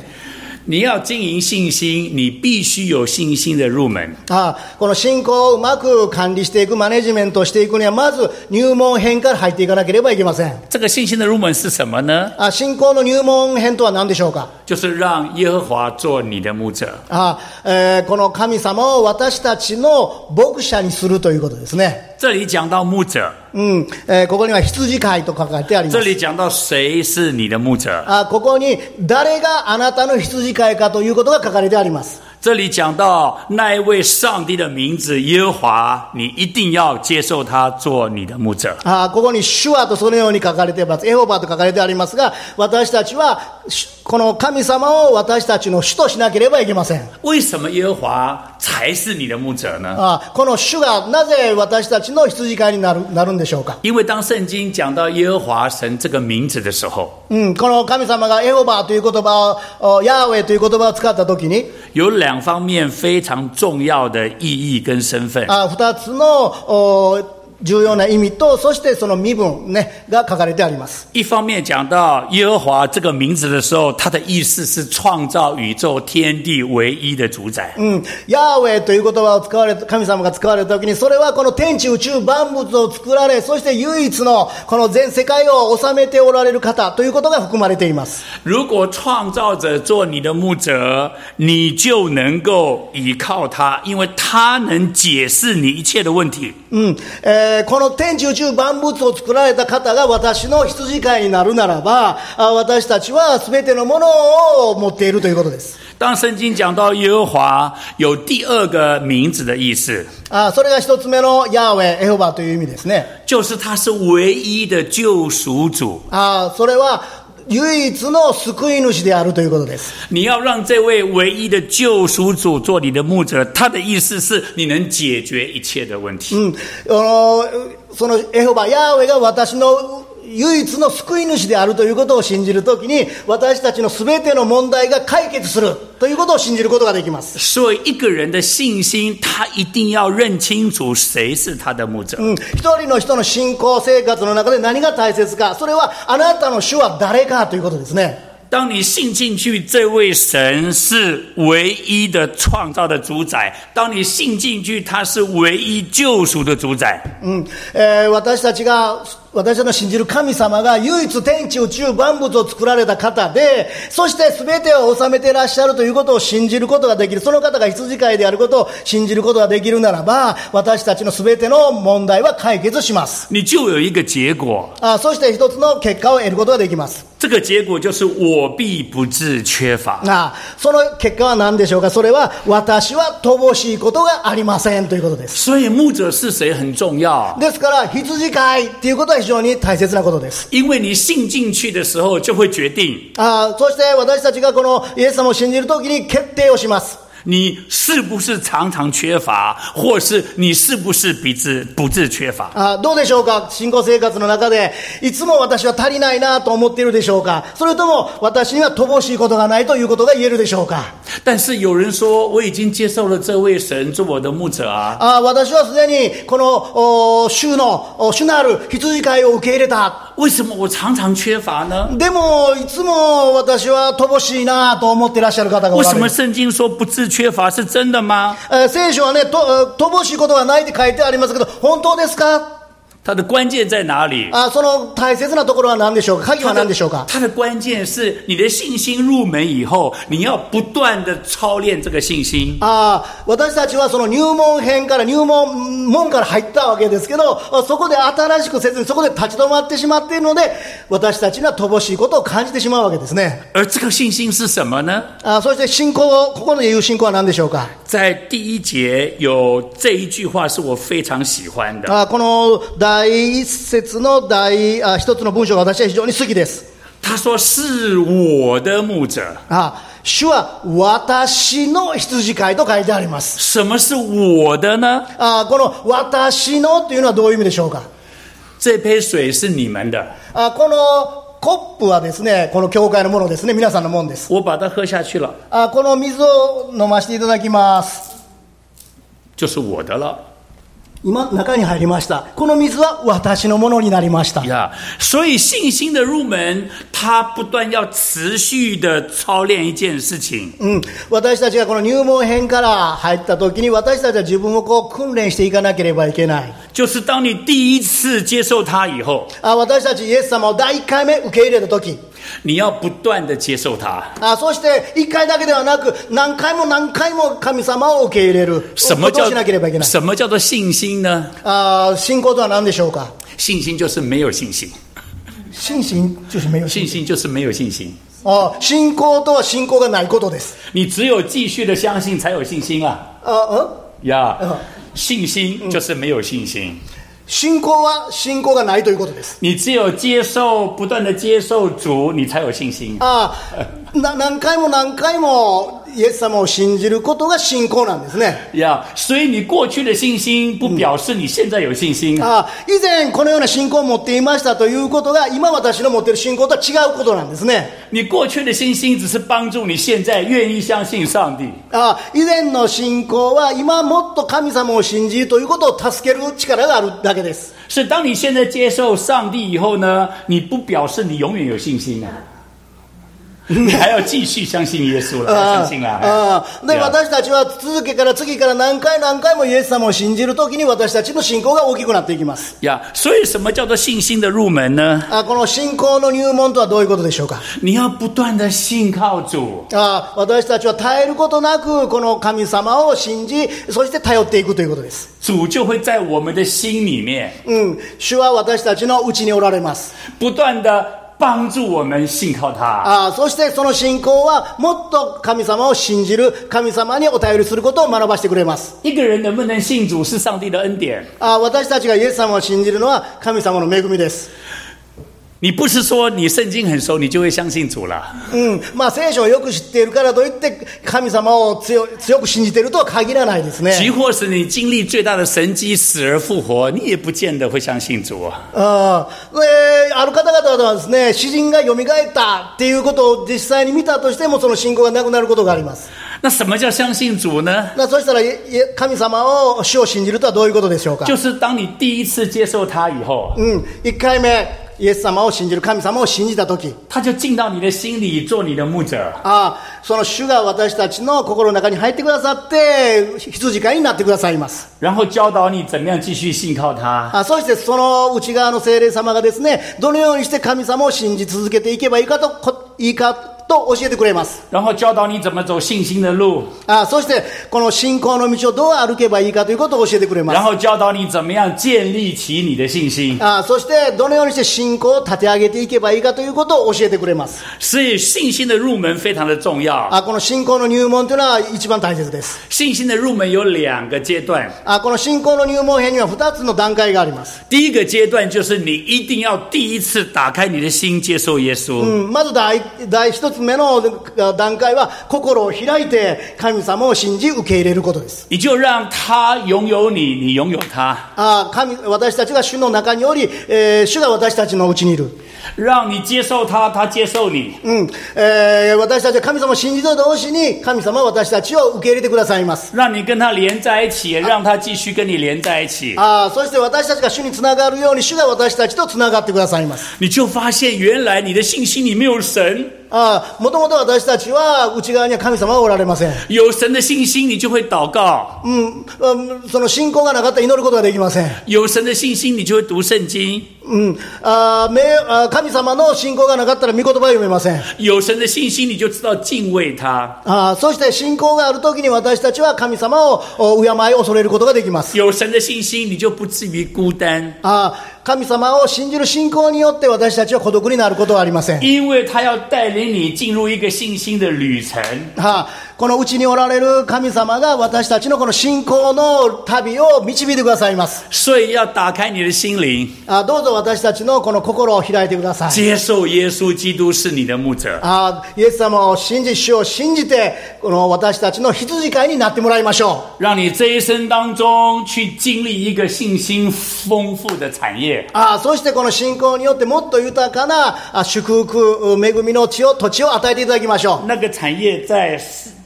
Speaker 1: 你要经营信心，你必须有信心的入门。
Speaker 2: あこの信仰をうまく管理していく、マネジメントしていくには、まず入門編から入っていかなければいけません。
Speaker 1: 这个信心的入门是什么呢？
Speaker 2: あ信仰の入門編とは何でしょうか
Speaker 1: 就是让耶和华做你的牧者。
Speaker 2: あ、えーこの神様を私たちの牧者にするということですね。
Speaker 1: 这里讲到牧者，
Speaker 2: うん、えーここには羊飼いと書かれてありま
Speaker 1: 这
Speaker 2: す。
Speaker 1: 里讲到谁是你的牧者，
Speaker 2: あここに誰があなたの羊飼いかということが書かれてあります。
Speaker 1: 这里讲到那一位上帝的名字耶和华，你一定要接受他做你的牧者。
Speaker 2: あーここに手話とそのように書かれています。エホバと書かれてありますが、私たちは、しこの神様を私たちの主としなければいけません。
Speaker 1: 为什么耶和华才是你的牧者呢？
Speaker 2: あーこの主がなぜ私たちの羊飼いになるなるんでしょうか。
Speaker 1: 因为当圣经讲到耶和华神这个名字的时候，
Speaker 2: うん、この神様がエホバという言葉を、おヤーウェイという言葉を使ったときに、
Speaker 1: 有两方面非常重要的意义跟身份。
Speaker 2: あー二つのお重要な意味と、そしてその身分、ね、が書かれてあります。
Speaker 1: 一方面讲到耶和华这个名字的时候，它的意思是创造宇宙天地唯一的主宰。
Speaker 2: うん、ヤーウェイという言葉を使われた神様が使われた時にそれはこの天地宇宙万物を作られそして唯一のこの全世界を治めておられる方ということが含まれています
Speaker 1: 如果创造者做你的牧者，你就能够倚靠他，因为他能解释你一切的问题。
Speaker 2: うんえーこの天地宇宙万物を作られた方が私の羊飼いになるならばあ私たちは全てのものを持っているということです
Speaker 1: 当圣经讲到耶和华有第二个名字的意思，
Speaker 2: あそれが一つ目のヤーウェイエホバという意味ですね
Speaker 1: 就是他是唯一的救赎主。
Speaker 2: あそれは唯一の救い主であるということです
Speaker 1: 你要让这位唯一的救赎主做你的牧者，他的意思是你能解决一切的问题。
Speaker 2: うん、あのそのエホバヤーウェが私の唯一の救い主であるということを信じるときに私たちのすべての問題が解決するということを信じることができます、
Speaker 1: 所以，一个人的信心，他一定要认清楚谁是他的牧者。
Speaker 2: うん、一人の人の信仰生活の中で何が大切かそれはあなたの主は誰かということですね
Speaker 1: 当你信进去，这位神是唯一的创造的主宰；当你信进去，他是唯一救赎的主宰。
Speaker 2: うんえー私たちが私たちの信じる神様が唯一天地宇宙万物を作られた方でそして全てを治めていらっしゃるということを信じることができるその方が羊飼いであることを信じることができるならば私たちの全ての問題は解決します
Speaker 1: 你就有一个结果，
Speaker 2: あそして一つの結果を得ることができます
Speaker 1: 这个结果就是我必不致缺乏。
Speaker 2: あその結果は何でしょうかそれは私は乏しいことがありませんということです
Speaker 1: 所以牧者是谁很重要，啊
Speaker 2: ですから羊飼いっていうことは非常に大切なことです
Speaker 1: 因为你信进去的时候，就会决定
Speaker 2: あーそして私たちがこのイエス様を信じるときに決定をします
Speaker 1: 你是不是常常缺乏，或是你是不是不致不致缺乏。
Speaker 2: あーどうでしょうか信仰生活の中でいつも私は足りないなと思っているでしょうかそれとも私には乏しいことがないということが言えるでしょうか
Speaker 1: 但是有人说，我已经接受了这位神做我的牧者啊。
Speaker 2: あー私はすでにこのお主のお主なる羊飼いを受け入れた
Speaker 1: 为什么我常常缺乏呢？
Speaker 2: でもいつも私は乏しいなと思っていらっしゃる方が
Speaker 1: 为
Speaker 2: おら
Speaker 1: 什
Speaker 2: れ
Speaker 1: 么
Speaker 2: る
Speaker 1: 圣经说不致缺乏是真的吗？
Speaker 2: えー聖書はねと乏しいことがないって書いてありますけど本当ですか
Speaker 1: 它的关键在哪里？
Speaker 2: あその大切なところは何でしょうか鍵は
Speaker 1: 它
Speaker 2: 何
Speaker 1: 的
Speaker 2: でしょうか
Speaker 1: 它的关键是你的信心入门以后，你要不断的操练这个信心。
Speaker 2: ああ私たちはその入門編から入門門から入ったわけですけどあそこで新しくせずにそこで立ち止まってしまっているので私たちには乏しいことを感じてしまうわけですね
Speaker 1: 而这个信心是什么呢？
Speaker 2: ああそして信仰をここで言う信仰は何でしょうか
Speaker 1: 在第一节有这一句话是我非常喜欢的。
Speaker 2: ああこの第一節の第あ一つの文章が私は非常に好きです
Speaker 1: 他说：“是我的牧者。
Speaker 2: ああ主は私の羊飼いと書いてあります”
Speaker 1: 什么是我的呢？
Speaker 2: あーこの「私の」というのはどういう意味でしょうか
Speaker 1: 这杯水是你们的，
Speaker 2: あーこのコップはですねこの教会のものですね皆さんのものです
Speaker 1: 我把它喝下去了，
Speaker 2: あーこの水を飲ませていただきます
Speaker 1: 就是我的了
Speaker 2: 今中に入りましたこの水は私のものになりました
Speaker 1: 呀。所以信心的入门，它不断要持续的操练一件事情，
Speaker 2: うん、私たちがこの入門編から入った時に私たちは自分をこう訓練していかなければいけない
Speaker 1: 就是当你第一次接受它以后，
Speaker 2: あー私たちイエス様を第1回目受け入れた時
Speaker 1: 你要不断的接受它。
Speaker 2: あーそして1回だけではなく何回も何回も神様を受け入れる
Speaker 1: 什么
Speaker 2: こと
Speaker 1: 叫
Speaker 2: をしなければいけない
Speaker 1: 什么叫做信心呢？
Speaker 2: あー信仰とは何でしょうか
Speaker 1: 信心就是没有信心，
Speaker 2: 信心就是没有
Speaker 1: 信
Speaker 2: 信
Speaker 1: 心就是没有信心。
Speaker 2: あー信仰とは信仰がないことです
Speaker 1: 你只有继续的相信，才有信心啊
Speaker 2: あ
Speaker 1: 呀
Speaker 2: 嗯！
Speaker 1: 信心就是没有信心，
Speaker 2: ん信仰は信仰がないということです
Speaker 1: 你只有接受，不断的接受主，你才有信心。
Speaker 2: 嗯ああな何回も何回もイエス様を信じることが信仰なんですね
Speaker 1: 呀、所以你过去的信心不表示你现在有信心。
Speaker 2: あー以前このような信仰を持っていましたということが今私の持っている信仰とは違うことなんですね
Speaker 1: 你过去的信心只是帮助你现在愿意相信上帝。
Speaker 2: あー以前の信仰は今もっと神様を信じるということを助ける力があるだけです
Speaker 1: 是当你现在接受上帝以后呢，你不表示你永远有信心啊，你还要继续相信耶稣
Speaker 2: 嗯
Speaker 1: 了，相信了啊
Speaker 2: あ。あで
Speaker 1: Yeah
Speaker 2: 私たちは続けから次から何回何回もイエス様を信じるときに私たちの信仰が大きくなっていきます
Speaker 1: 呀所以什么叫做信心的入门呢？
Speaker 2: あこの信仰の入門とはどういうことでしょうか
Speaker 1: 你要不断的信靠主，
Speaker 2: あ私たちは耐えることなくこの神様を信じそして頼っていくということです、
Speaker 1: 主就会在我们的心里面
Speaker 2: うん、主は私たちのうちにおられます
Speaker 1: 不断的帮助我们信靠他。
Speaker 2: あそしてその信仰はもっと神様を信じる神様にお頼りすることを学ばせてくれます
Speaker 1: 一个人能不能信主是上帝的恩典，
Speaker 2: あ私たちがイエス様を信じるのは神様の恵みです
Speaker 1: 你不是说你圣经很熟，你就会相信主了。
Speaker 2: うんまあ、聖書をよく知っているからといって神様を強強く信じているとは限らないです
Speaker 1: 即
Speaker 2: ね
Speaker 1: 或是你经历最大的神迹，死而复活，你也不见得会相信主啊。
Speaker 2: あである方々はですね詩人が蘇ったっていうことを実際に見たとしてもその信仰がなくなることがあります
Speaker 1: 那什么叫相信主呢？
Speaker 2: なそしたらいい神様を主を信じるとはどういうことでしょうか、
Speaker 1: 就是当你第一次接受他以后，
Speaker 2: うん、1回目イエス様を信じる神様を信じた時
Speaker 1: 他就进到你的心里，做你的牧者。
Speaker 2: あその主が私たちの心の中に入ってくださって羊飼いになってくださいます
Speaker 1: 然后教导你怎么样继续信靠他。
Speaker 2: あそしてその内側の精霊様がですねどのようにして神様を信じ続けていけばいいかとこいいかと教えてくれます
Speaker 1: 然后教导你怎么走信心的路，
Speaker 2: あそしてこの信仰の道をどう歩けばいいかということを教えてくれ
Speaker 1: 然
Speaker 2: ます
Speaker 1: 后教导你怎么样建立起你的信心。
Speaker 2: あそしてどのようにして信仰を立て上げていけばいいかということを教えてくれます
Speaker 1: 所以信心的入门非常的重要。
Speaker 2: あこの信仰の入門というのは一番大切です
Speaker 1: 信心的入门有两个阶段，
Speaker 2: あこの信仰の入門編には2つの段階があります、
Speaker 1: 第一个阶段就是你一定要第一次打开你的心，接受耶稣。
Speaker 2: うん、まず第第1つ目の段階は心を開いて神様を信じ受け入れることです
Speaker 1: 你就让他拥有你，你拥有他，
Speaker 2: ああ神私たちが主の中におり、えー主が私たちのうちにいる、
Speaker 1: 让你接受他，他接受你。
Speaker 2: うんえー私たちは神様を信じた同時に神様は私たちを受け入れてくださいます
Speaker 1: 让你跟他连在一起，也让他继续跟你连在一起，
Speaker 2: ああそして私たちが主につながるように主が私たちとつながってくださいます
Speaker 1: 你就发现原来你的信心里没有神，
Speaker 2: ああ、もともと私たちは内側には神様はおられません。
Speaker 1: 有神的信心，你就会祷告；
Speaker 2: うん、あその信仰がなかったら祈ることができません。
Speaker 1: 有神的信心，你就会读圣经；
Speaker 2: うん、あーめあー神様の信仰がなかったら御言葉は読めません。
Speaker 1: 有神的信心，你就知道敬畏他；
Speaker 2: あーそして信仰があるときに私たちは神様をお敬い、恐れることができます。
Speaker 1: 有神的信心，你就不至于孤单，
Speaker 2: あー神様を信じる信仰によって私たちは孤独になることはありません。は
Speaker 1: 因为他要带领你进入一个信心的旅程。
Speaker 2: あ、このうちにおられる神様が私たちのこの信仰の旅を導いてくださいます。
Speaker 1: 所以要打开你的心灵，
Speaker 2: あーどうぞ私たちのこの心を開いてください。
Speaker 1: 接受耶稣基督是你的牧者。
Speaker 2: あイエス様を信じ、主を信じて、この私たちの羊飼いになってもらいましょう。
Speaker 1: 让你这一生当中去经历一个信心丰富的产业。
Speaker 2: あそしてこの信仰によってもっと豊かなあ祝福、う恵みの地を、土地を与えていただきましょう。
Speaker 1: 那个产业在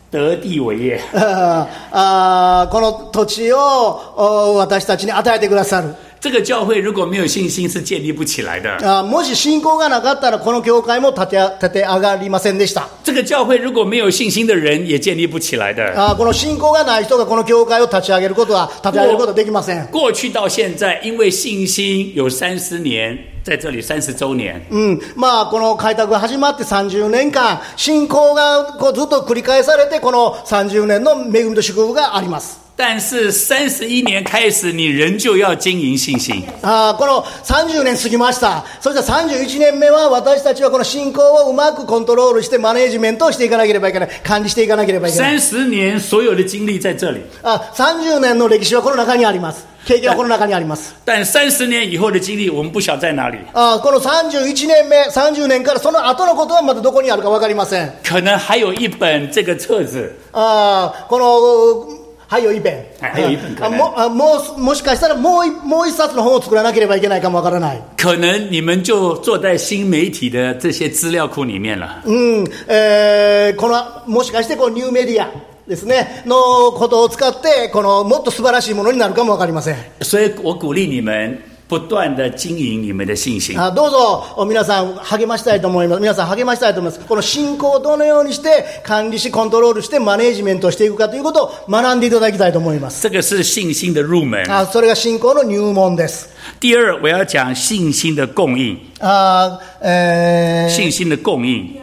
Speaker 1: 得地伟业，
Speaker 2: ああこの土地をお私たちに与えてくださる
Speaker 1: 这个教会如果没有信心是建立不起来的。
Speaker 2: あ。もし信仰がなかったらこの教会も立て立て上がりませんでした。
Speaker 1: 这个教会如果没有信心的人也建立不起来的。
Speaker 2: あこの信仰がない人がこの教会を立ち上げることは、立て上げることはできません。
Speaker 1: 过去到现在，因为信心有三十年，在这里三十周年，
Speaker 2: うんまあ、この開拓が始まって30年間、信仰がこうずっと繰り返されて、この30年の恵みと祝福があります。
Speaker 1: 但是三十一年开始，你仍旧要经营信心。
Speaker 2: あーこの30年過ぎました、そして31年目は私たちはこの信仰をうまくコントロールして、マネージメントをしていかなければいけない、管理していかなければいけない、
Speaker 1: 三十年所有的经历在这里，
Speaker 2: あ30年の歴史はこの中にあります、経験はこの中にあります。
Speaker 1: 但三十年以后的经历，我们不晓得在哪里，
Speaker 2: あーこの31年目、30年からその後のことはまだどこにあるか分かりません。
Speaker 1: 可能还有一本这个册子。
Speaker 2: あーこのはいよいべん
Speaker 1: はいはいよいべん
Speaker 2: あもあもうもしかしたらもういもう一冊の本を作らなければいけないかもわからない、
Speaker 1: 可能你们就坐在新媒体的这些资料库里面了。
Speaker 2: うんえーこのもしかしてこうニューメディアですねのことを使ってこのもっと素晴らしいものになるかもわかりません
Speaker 1: 所以我鼓励你们不断的经营你们的信心。
Speaker 2: あどうぞお皆さん励ましたいと思います皆さん励ましたいと思いますこの信仰をどのようにして管理しコントロールしてマネージメントをしていくかということを学んでいただきたいと思います
Speaker 1: 这个是信心的入门。
Speaker 2: あそれが信仰の入門です
Speaker 1: 第二，我要讲信心的供应，
Speaker 2: あーえー
Speaker 1: 信心的供应。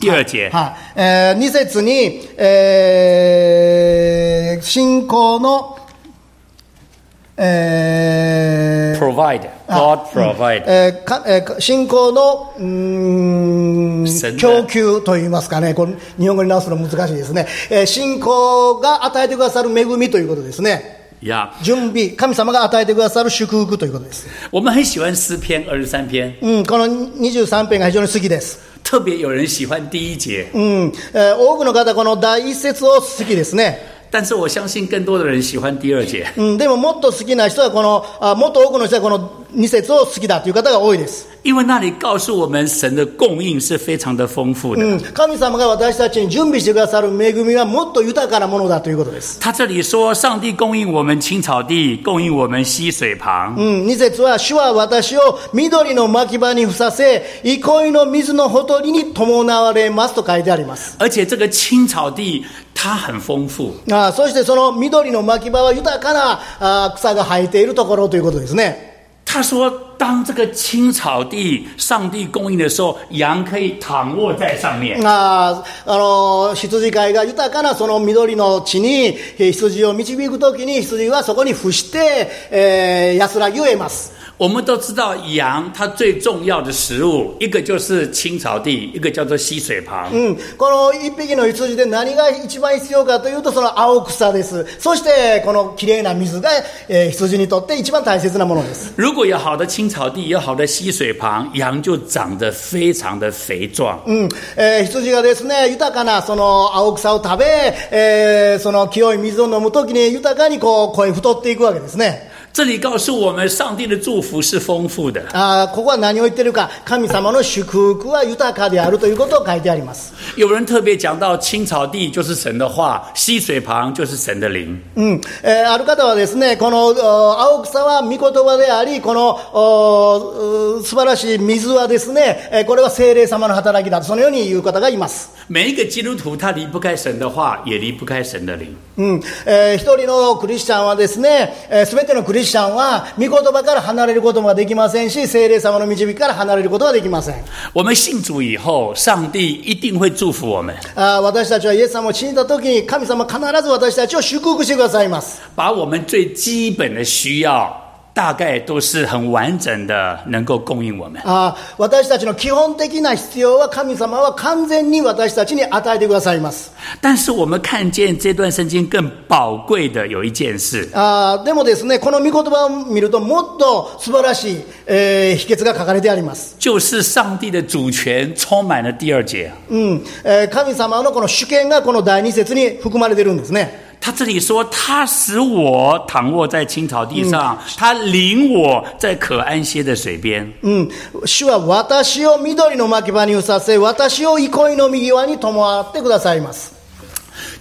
Speaker 1: 第二节，
Speaker 2: はいえー、2節に、えー信仰の、えー
Speaker 1: provide
Speaker 2: あ
Speaker 1: God provide
Speaker 2: えーかえーか信仰のうー
Speaker 1: 宣伝
Speaker 2: ん供給といいますかね、これ日本語に直すの難しいですね、えー信仰が与えてくださる恵みということですね、
Speaker 1: 呀。
Speaker 2: 準備、神様が与えてくださる祝福ということです、
Speaker 1: 我们很喜欢诗篇二十三篇，
Speaker 2: うん、この23編が非常に好きです、
Speaker 1: 特别有人喜欢第一节，
Speaker 2: うんえー多くの方、この第一節を好きですね。
Speaker 1: 但是我相信更多的人喜欢第二节。
Speaker 2: うん、でももっと好きな人はこのあ、もっと多くの人はこの2節を好きだという方が多いです。
Speaker 1: 因为那里告诉我们，神的供应是非常的丰富的。
Speaker 2: うん、神様が私たちに準備してくださる恵みはもっと豊かなものだということです。
Speaker 1: 他这里说，上帝供应我们青草地，供应我们溪水旁。
Speaker 2: うん、2節は、主は私を緑の牧場にふさせ、憩いの水のほとりに伴われますと書いてあります。
Speaker 1: 而且这个青草地它很丰富，
Speaker 2: あそしてその緑の牧場は豊かなあ草が生えているところということですね。
Speaker 1: 他说，当这个青草地上帝供应的时候，羊可以躺卧在上面。
Speaker 2: ああの羊飼いが豊かなその緑の地にえー羊を導くときに羊はそこに伏して、えー安らぎを得ます
Speaker 1: 我们都知道，羊它最重要的食物，一个就是青草地，一个叫做溪水旁。
Speaker 2: うん、この一匹の羊で何が一番必要かというとその青草ですそしてこのきれいな水が、えー羊にとって一番大切なものです
Speaker 1: 如果有好的青草地，有好的溪水旁，羊就长得非常的肥壮。
Speaker 2: うんえー羊がですね豊かなその青草を食べ、えーその清い水を飲むときに豊かにこう声太っていくわけですね
Speaker 1: 这里告诉我们，上帝的祝福是丰富的，
Speaker 2: あーここは何を言ってるか神様の祝福は豊かであるということを書いてあります、
Speaker 1: 有人特别讲到青草地就是神的话，溪水旁就是神的灵。
Speaker 2: うんえーある方はですねこのお青草は御言葉でありこのおう素晴らしい水はですね、えーこれは精霊様の働きだとそのように言う方がいます、
Speaker 1: 每一个基督徒他离不开神的话，也离不开神的灵。
Speaker 2: うんえー一人のクリスチャンはですね、えー、全てのクリスチャンは御言葉から離れることができませんし精霊様の導きから離れることができません
Speaker 1: 我们信主以后，上帝一定会祝福我们，
Speaker 2: あー私たちはイエス様を信じた時に神様必ず私たちを祝福してくださいます
Speaker 1: 把我们最基本的需要。大概都是很完整的，能够供应我们。
Speaker 2: あー私たちの基本的な必要は神様は完全に私たちに与えてくださいます
Speaker 1: 但是我们看见这段圣经更宝贵的有一件事，
Speaker 2: あーでもですねこの御言葉を見るともっと素晴らしい、えー秘訣が書かれてあります、
Speaker 1: 就是上帝的主权充满了第二节。
Speaker 2: うんえー神様のこの主権がこの第二節に含まれてるんですね
Speaker 1: 他这里说：“他使我躺卧在青草地上，他领我在可安歇的水边。
Speaker 2: うん、主は私を緑の牧場にうさせ私を憩いの右輪に伴ってくださいます、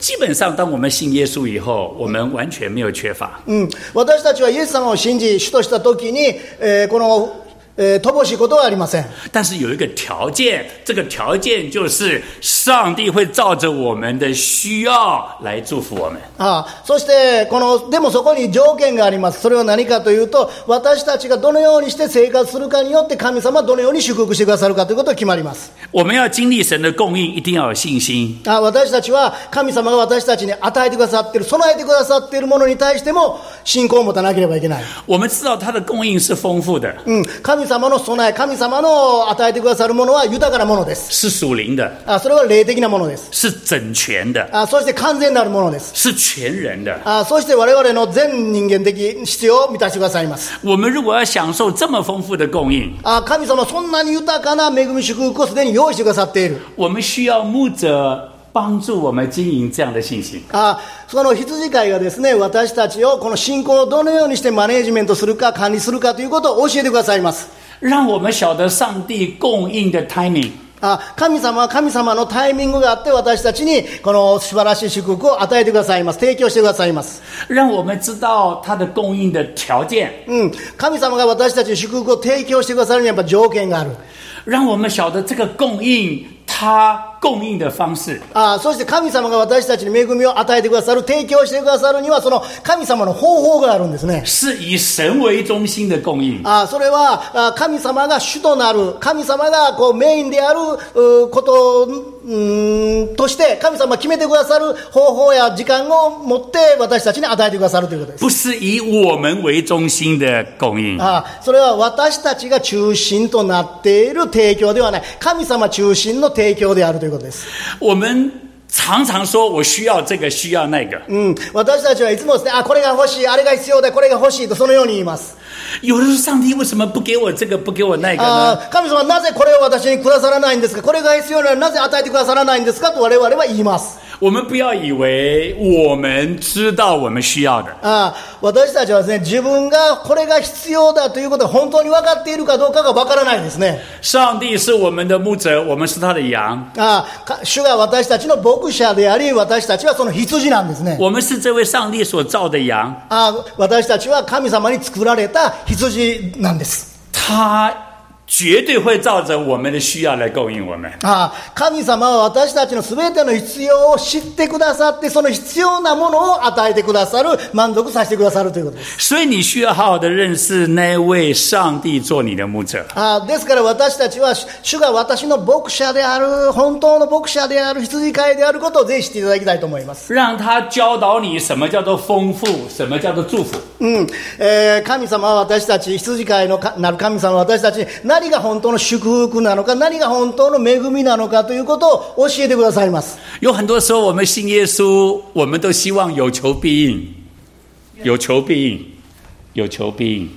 Speaker 1: 基本上，当我们信耶稣以后，我们完全没有缺乏。
Speaker 2: うん、私たちはイエス様を信じ主とした時に、えーこの、えー乏しいことはありません
Speaker 1: 但是有一个条件，这个条件就是上帝会照着我们的需要来祝福我们。
Speaker 2: ああそしてこのでもそこに条件がありますそれは何かというと私たちがどのようにして生活するかによって神様はどのように祝福してくださるかということが決まります
Speaker 1: 我们要经历神的供应，一定要有信心。
Speaker 2: ああ私たちは神様が私たちに与えてくださっている備えてくださっているものに対しても信仰を持たなければいけない
Speaker 1: 我们知道他的供应是丰富的，
Speaker 2: うん、神様の備え、神様の与えてくださるものは豊かなものです。
Speaker 1: 是属灵的，
Speaker 2: あそれは霊的なものです。
Speaker 1: 是整全的，
Speaker 2: あそして完全なるものです。
Speaker 1: 是全人的。
Speaker 2: あそして我々の全人間的必要を満たしてくださいます。
Speaker 1: 我们如果要享受这么丰富的供应，
Speaker 2: あ神様、そんなに豊かな恵み祝福をすでに用意してくださっている。
Speaker 1: 我们需要牧者帮助我们经营这样的信心。
Speaker 2: あその羊飼いがですね、私たちをこの信仰をどのようにしてマネージメントするか管理するかということを教えてくださいます。
Speaker 1: 让我们晓得上帝供应的 timing。
Speaker 2: あ神様は神様のタイミングがあって私たちにこの素晴らしい祝福を与えてくださいます。提供してくださいます。
Speaker 1: 让我们知道它的供应的条件，
Speaker 2: うん、神様が私たちに祝福を提供してくださるにはやっぱ条件がある
Speaker 1: 让我们晓得这个供应它供应的方式。
Speaker 2: ああそして神様が私たちに恵みを与えてくださる提供してくださるにはその神様の方法があるんですね
Speaker 1: 是以神为中心的供应，
Speaker 2: ああそれはああ神様が主となる神様がこうメインであるうーことをうーんとして神様が決めてくださる方法や時間を持って私たちに与えてくださるということです
Speaker 1: 不是以我们为中心的供应。
Speaker 2: ああそれは私たちが中心となっている提供ではない神様中心の提供であるということです
Speaker 1: 我们常常说我需要这个，需要那个。
Speaker 2: うん、私たちはいつもですね、あ、これが欲しい、あれが必要だ、これが欲しいとそのように言います。
Speaker 1: 有的时候上帝为什么不给我这个，不给我那个呢？
Speaker 2: あー神様はなぜこれを私にくださらないんですかこれが必要ならなぜ与えてくださらないんですかと我々は言います。
Speaker 1: 我们不要以为我们知道我们需要的，
Speaker 2: あー私たちはですね、自分がこれが必要だということを本当に分かっているかどうかが分からないですね。
Speaker 1: 上帝是我们的牧者，我们是他的羊，
Speaker 2: あーか主が私たちの牧者であり、私たちはその羊なんですね。
Speaker 1: 我们是这位上帝所造的羊。
Speaker 2: あー私たちは神様に作られた羊なんです。
Speaker 1: 他绝对会照着我们的需要来供应我们。
Speaker 2: ああ神様は私たちの全ての必要を知ってくださってその必要なものを与えてくださる満足させてくださるということです
Speaker 1: 所以你需要好好的认识那位上帝做你的牧者。
Speaker 2: ああですから私たちは主主が私の牧者である本当の牧者である羊飼いであることをぜひ知っていただきたいと思います、
Speaker 1: 让他教导你什么叫做丰富，什么叫做祝福。
Speaker 2: うんえー神様は私たち羊飼いのかなる神様は私たちに何が本当の祝福なのか何が本当の恵みなのかということを教えてくださいます
Speaker 1: 有很多时候，我们信耶稣，我们都希望有求必应，有求必应，有求必应。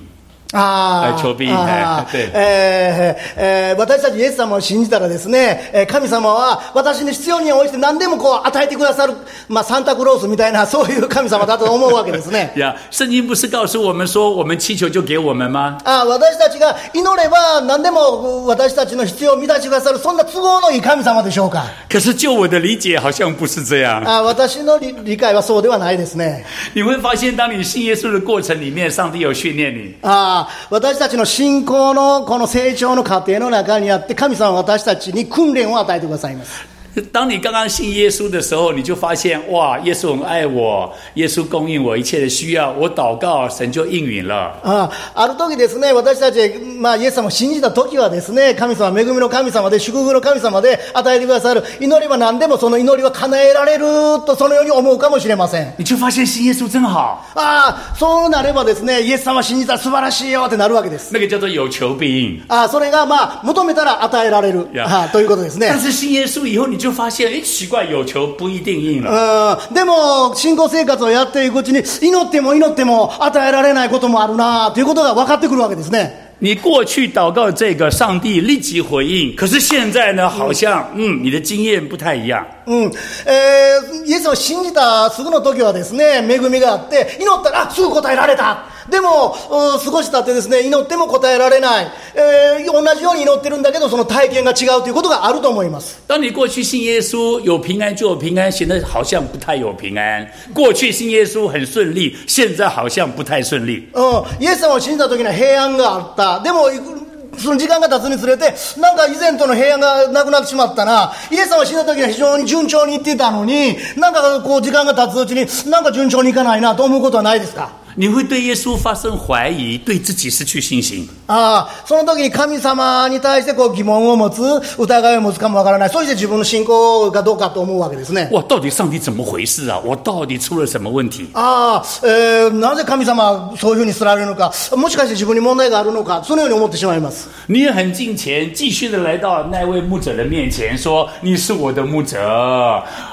Speaker 2: あ
Speaker 1: あ
Speaker 2: あ、
Speaker 1: ちょび
Speaker 2: あ
Speaker 1: ね
Speaker 2: あ
Speaker 1: 对
Speaker 2: えーえー私たちイエス様を信じたらですね、えー神様は私に必要に応じて何でもこう与えてくださる、まあサンタクロースみたいなそういう神様だと思うわけですね。
Speaker 1: 呀、圣经不是告诉我们说，我们祈求就给我们吗？
Speaker 2: あー私たちが祈れば何でもう私たちの必要を満たしてくださるそんな都合のいい神様でしょうか
Speaker 1: 可是就我的理解，好像不是这样。
Speaker 2: あー私の理理解はそうではないですね
Speaker 1: 你会发现，当你信耶稣的过程里面，上帝有训练你。
Speaker 2: あー私たちの信仰のこの成長の過程の中にあって神様は私たちに訓練を与えてくださいます
Speaker 1: 当你刚刚信耶稣的时候，你就发现哇，耶稣很爱我，耶稣供应我一切的需要，我祷告，神就应允了。
Speaker 2: あーある時ですね私たち、まあ、イエス様を信じた時はですね神様恵みの神様で祝福の神様で与えてくださる祈れば何でもその祈りは叶えられるとそのように思うかもしれません
Speaker 1: 你就发现信耶稣真好，
Speaker 2: ああ、そうなればですね、イエス様信じたら素晴らしいよってなるわけです。
Speaker 1: 那个叫做有求必应。
Speaker 2: ああ、それがまあ、求めたら与えられる。
Speaker 1: いや
Speaker 2: ああということですね
Speaker 1: 但。 是信耶稣以后，你就发现，哎，奇怪，有求不一定应了。
Speaker 2: うん、でも、信仰生活をやっていくうちに、祈っても祈っても与えられないこともあるなあということが分かってくるわけですね。
Speaker 1: 你过去祷告这个，上帝立即回应，可是现在呢，好像嗯，你的经验不太一样。
Speaker 2: うん。えー、イエスを信じたすぐの時はですね、恵みがあって、祈ったら、あすぐ答えられた。でも、うん少し経ってですね、祈っても答えられない。えー同じように祈ってるんだけど、その体験が違うということがあると思います。
Speaker 1: 当你过去信耶稣，有平安就有平安，现在好像不太有平安。过去信耶稣很顺利，现在好像不太顺利。
Speaker 2: うん、イエス様を信じた時には平安があった。でも、いくその時間が経つにつれて、なんか以前との平安がなくなってしまったな。イエス様を信じた時には非常に順調にいっていたのに、なんかこう時間が経つうちに、なんか順調にいかないなと思うことはないですか
Speaker 1: 你会对耶稣发生怀疑，对自己失去信心。
Speaker 2: ああ、その時に神様に対してこう疑問を持つ、疑いを持つかもわからない。そして自分の信仰がどうかと思うわけですね。
Speaker 1: 哇，到底上帝怎么回事啊？我到底出了什么问题？
Speaker 2: ああ、えー、なぜ神様はそういうふうにすられるのか、もしかして自分に問題があるのか、そのように思ってしまいます。
Speaker 1: 你也很敬虔，继续的来到那位牧者的面前，说：“你是我的牧者。”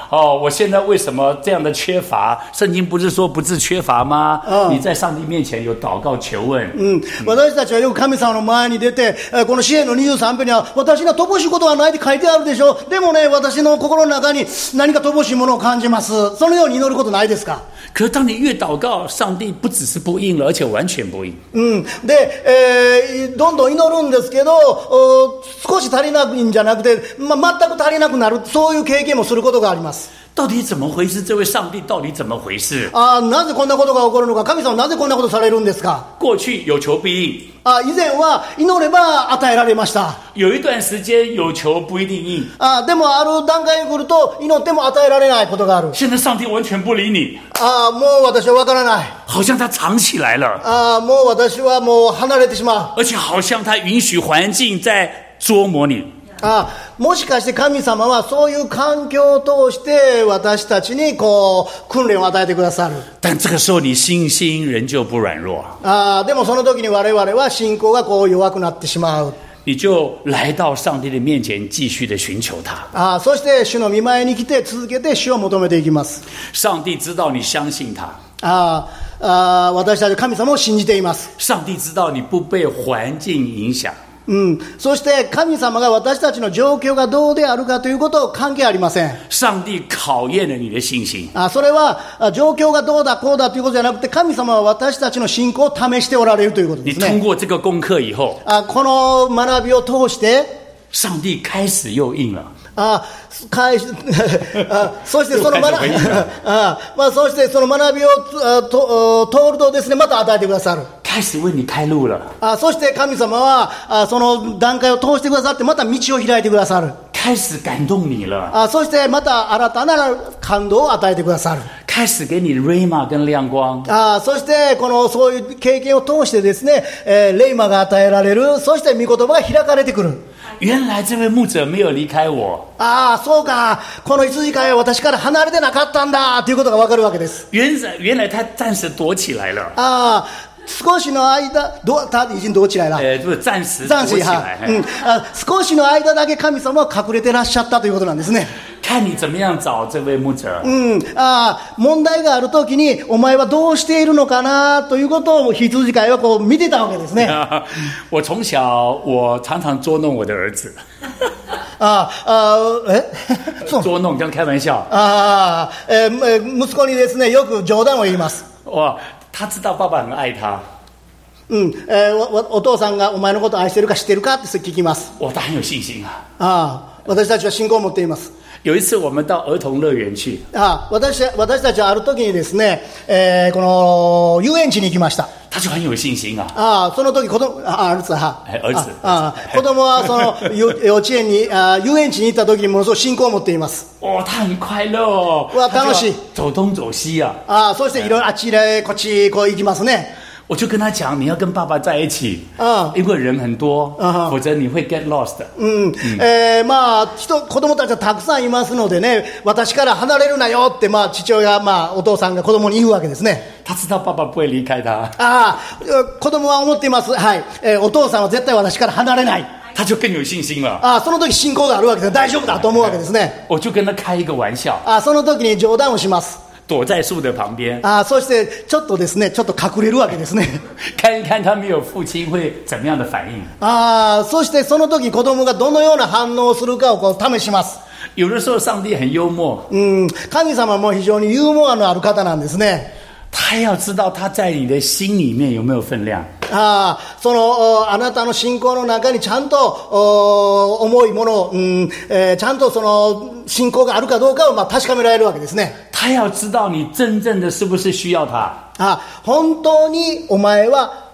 Speaker 1: 哦，我现在为什么这样的缺乏？圣经不是说不致缺乏吗？
Speaker 2: 嗯
Speaker 1: 你在上帝面前有祷告求问。
Speaker 2: うん、私たちはよく神様の前に出て、えーこの詩篇の23編には、私には乏しいことはないって書いてあるでしょ、でもね、私の心の中に何か乏しいものを感じます、そのように祈ることないですか、
Speaker 1: 可是当你越祷告，上帝不只是不应了，而且完全不应。
Speaker 2: うん、で、えーどんどん祈るんですけど、お少し足りないんじゃなくて、ま、全く足りなくなる、そういう経験もすることがあります、
Speaker 1: 到底怎么回事？这位上帝到底怎么回事？
Speaker 2: あーなぜこんなことが起こるのか、神様、なぜこんなことされるんですか、
Speaker 1: 过去有求必应，
Speaker 2: あ以前は祈れば与えられました。
Speaker 1: 有一段时间有求不一定应，
Speaker 2: あでもある段階に来ると祈っても与えられないことがある
Speaker 1: 现在上帝完全不理你，
Speaker 2: ああ、もう私はわからない。
Speaker 1: 好像他藏起来了，
Speaker 2: ああ、もう私はもう離れてしまう。
Speaker 1: 而且好像他允许环境在捉摸你。
Speaker 2: ああ、もしかして神様はそういう環境を通して私たちにこう、訓練を与えてくださる。
Speaker 1: 但这个时候你信心仍旧不软弱，
Speaker 2: ああ、でもその時に我々は信仰がこう弱くなってしまう。
Speaker 1: 你就来到上帝的面前，继续的寻求他。
Speaker 2: ああ、そして主の見前に来て続けて主を求めていきます。
Speaker 1: 上帝知道你相信他，
Speaker 2: ああ、ああ私たちは神様を信じています。
Speaker 1: 上帝知道你不被环境影响。
Speaker 2: うん。そして神様が私たちの状況がどうであるかということを関係ありません。
Speaker 1: 上帝考验了你的信心。
Speaker 2: あそれはあ状況がどうだこうだということじゃなくて神様は私たちの信仰を試しておられるということで
Speaker 1: 你
Speaker 2: す
Speaker 1: 通
Speaker 2: ね
Speaker 1: 过这个功课以后，
Speaker 2: あこの学びを通して
Speaker 1: 上帝开始又应了。
Speaker 2: あ返し あそしてその学
Speaker 1: 返
Speaker 2: び
Speaker 1: せばいい
Speaker 2: あ、まあ、そしてその学びをあと通るとですねまた与えてくださる
Speaker 1: 开始为你开路了，
Speaker 2: あそして神様はあその段階を通してくださってまた道を開いてくださる
Speaker 1: 开始感动你了，
Speaker 2: あそしてまた新たな感動を与えてくださる
Speaker 1: 开始给你 rama 跟亮光。
Speaker 2: ああそしてこのそういう経験を通してですね、えーレイマが与えられるそして御言葉が開かれてくる
Speaker 1: 原来这位牧者没有离开我，
Speaker 2: ああそうかこの羊飼いは私から離れてなかったんだということがわかるわけです
Speaker 1: 原来原来他暂时躲起来了，
Speaker 2: ああ少しの間どう他已经どちらやな
Speaker 1: 呃，不是暂时躲嗯
Speaker 2: 暫時
Speaker 1: 起
Speaker 2: は
Speaker 1: 来，哎
Speaker 2: い、うん、あ少しの間だけ神様は隠れてらっしゃったということなんですね
Speaker 1: 嘿看你怎么样找这位牧者。
Speaker 2: うん、ああ、問題があるときに、お前はどうしているのかなということを羊飼いはこう見てたわけですね。
Speaker 1: 嗯
Speaker 2: あ
Speaker 1: 我从小我常常捉弄我的儿子，
Speaker 2: あ、ああ、え そう。
Speaker 1: 捉弄跟开玩笑。
Speaker 2: ああ、えーえー息子にですね、よく冗談を言います。
Speaker 1: 哇，他知道爸爸很爱他，
Speaker 2: うん、えーおおお父さんがお前のこと愛してるか知ってるかって聞きます。
Speaker 1: 哇，他很有信心啊。
Speaker 2: ああ、私たちは信仰を持っています。
Speaker 1: 有一次我们到儿童乐园去，
Speaker 2: ああ私私たちはある時にですね、えーこの遊園地に行きました。
Speaker 1: 他就很有信心啊。
Speaker 2: ああその時子供ああ、あるつは
Speaker 1: はいあるつ
Speaker 2: ああ子供はそのよ幼稚園にああ遊園地に行った時にものすごく信仰を持っています。
Speaker 1: 哇，他很快乐哦。
Speaker 2: 哇
Speaker 1: 他就
Speaker 2: 楽しい
Speaker 1: 走东走西啊。
Speaker 2: ああそしていろいろあちらへこっちへこう行きますね。
Speaker 1: 我就跟他讲，你要跟爸爸在一起，
Speaker 2: 嗯
Speaker 1: 因为人很多，
Speaker 2: 嗯哼
Speaker 1: 否则你会 get lost 的。
Speaker 2: うんえーまあ人子供たちはたくさんいますのでね私から離れるなよって、まあ、父親が、まあ、お父さんが子供に言うわけですね。
Speaker 1: 他知道爸爸不会离开他，
Speaker 2: ああえ子供は思っています、はいえーお父さんは絶対私から離れない。
Speaker 1: 他就更有信心了。
Speaker 2: ああその時信仰があるわけで大丈夫だと思うわけですね。
Speaker 1: 我就跟他开一个玩笑，
Speaker 2: ああその時に冗談をします。
Speaker 1: 躲在树的旁边，
Speaker 2: ああそしてちょっとですね、ちょっと隠れるわけですね。
Speaker 1: 看一看他没有父亲会怎么样的反应。
Speaker 2: ああそしてその時に子供がどのような反応をするかをこう試します。
Speaker 1: 有的时候上帝很幽默，
Speaker 2: うん、神様も非常にユーモアのある方なんですね。
Speaker 1: 他要知道他在你的心里面有没有分量。
Speaker 2: ああそのおあなたの信仰の中にちゃんとお重いものを、うんえーちゃんとその信仰があるかどうかを、まあ、確かめられるわけですね。
Speaker 1: 他要知道你真正的是不是需要他，
Speaker 2: あ本当にお前は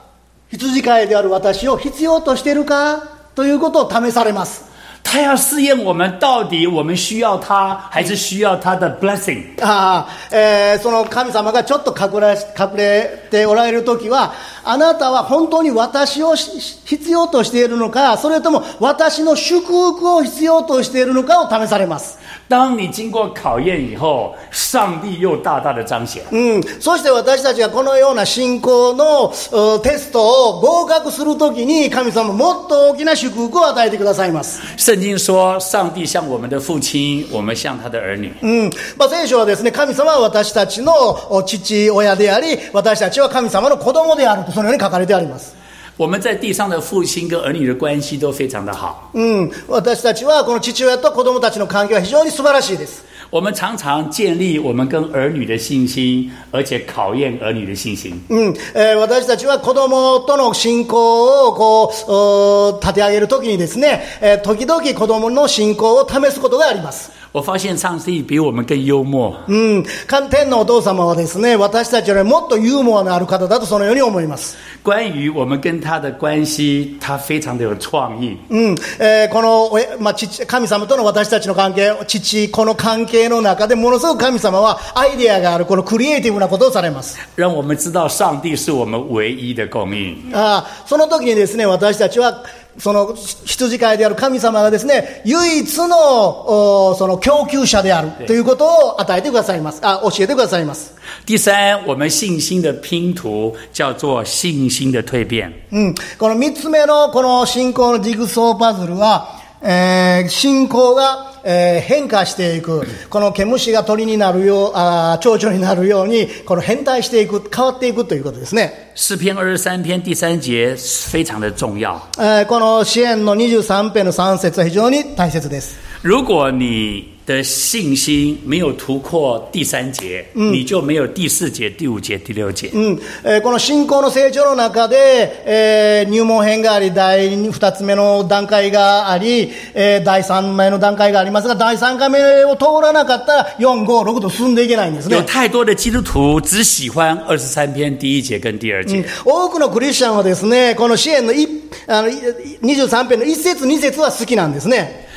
Speaker 2: 羊飼いである私を必要としてるかということを試されます
Speaker 1: 他要试验我们到底我们需要他还是需要他的 blessing。
Speaker 2: ああ、えーその神様がちょっと隠れ隠れておられる時はあなたは本当に私をしし必要としているのかそれとも私の祝福を必要としているのかを試されます、
Speaker 1: 当你经过考验以后，上帝又大大的彰显。
Speaker 2: うん、そして私たちがこのような信仰のうんテストを合格する時に神様もっと大きな祝福を与えてくださいます
Speaker 1: 圣经说，上帝像我们的父亲，我们像他的儿女。
Speaker 2: うんまあ、聖書はですね神様は私たちのお父親であり私たちは神様の子供であるとそのように書かれてあります、
Speaker 1: 我们在地上的父亲跟儿女的关系都非常的好。
Speaker 2: うん、私たちはこの父親と子供たちの関係は非常に素晴らしいです
Speaker 1: 我们常常建立我们跟儿女的信心，而且考验儿女的信心。
Speaker 2: うんえー私たちは子供との信仰をこうおー立て上げるときにですね、えー時々子供の信仰を試すことがあります。
Speaker 1: 我发现上帝比我们更幽默。
Speaker 2: うん、寒天のお父様はですね、私たちよりもっとユーモアのある方だとそのように思います。
Speaker 1: 关于我们跟他的关系，他非常的有创意。
Speaker 2: うんえーこのおや、まあ、父神様との私たちの関係、父、この関係の中でものすごく神様はアイデアがある、このクリエイティブなことをされます。
Speaker 1: 让我们知道上帝是我们唯一的供应。
Speaker 2: あーその時にですね、私たちは、そのひ羊飼いである神様がですね、唯一のおその供給者であるということを与えてくださいます。あ、教えてくださいます。
Speaker 1: 第三，我们信心的拼图叫做信心的蜕变。
Speaker 2: うん、この三つ目のこの信仰のジグソーパズルは、えー信仰が、えー変化していく、この毛虫が鳥になるよう、あー蝶々になるように、この変態していく、変わっていくということですね。
Speaker 1: 诗篇二十三篇第三节非常的重要。
Speaker 2: えーこの支援の23編の3節は非常に大切です。
Speaker 1: 如果你的信心没有突破第三节，你就没有第四节、第五节、第六节。
Speaker 2: うんえーこの信仰の成長の中で、えー入門編があり、第2つ目の段階があり、えー第3目の段階がありますが、第3回目を通らなかったら、4、5、6と進んでいけないんですね
Speaker 1: 有。太多的基督徒只喜欢二十三篇第一节跟第二
Speaker 2: 嗯
Speaker 1: 节，
Speaker 2: 多くのクリスチャンはですね、この支援のいあのい23編の1節、2節は好きなんですね。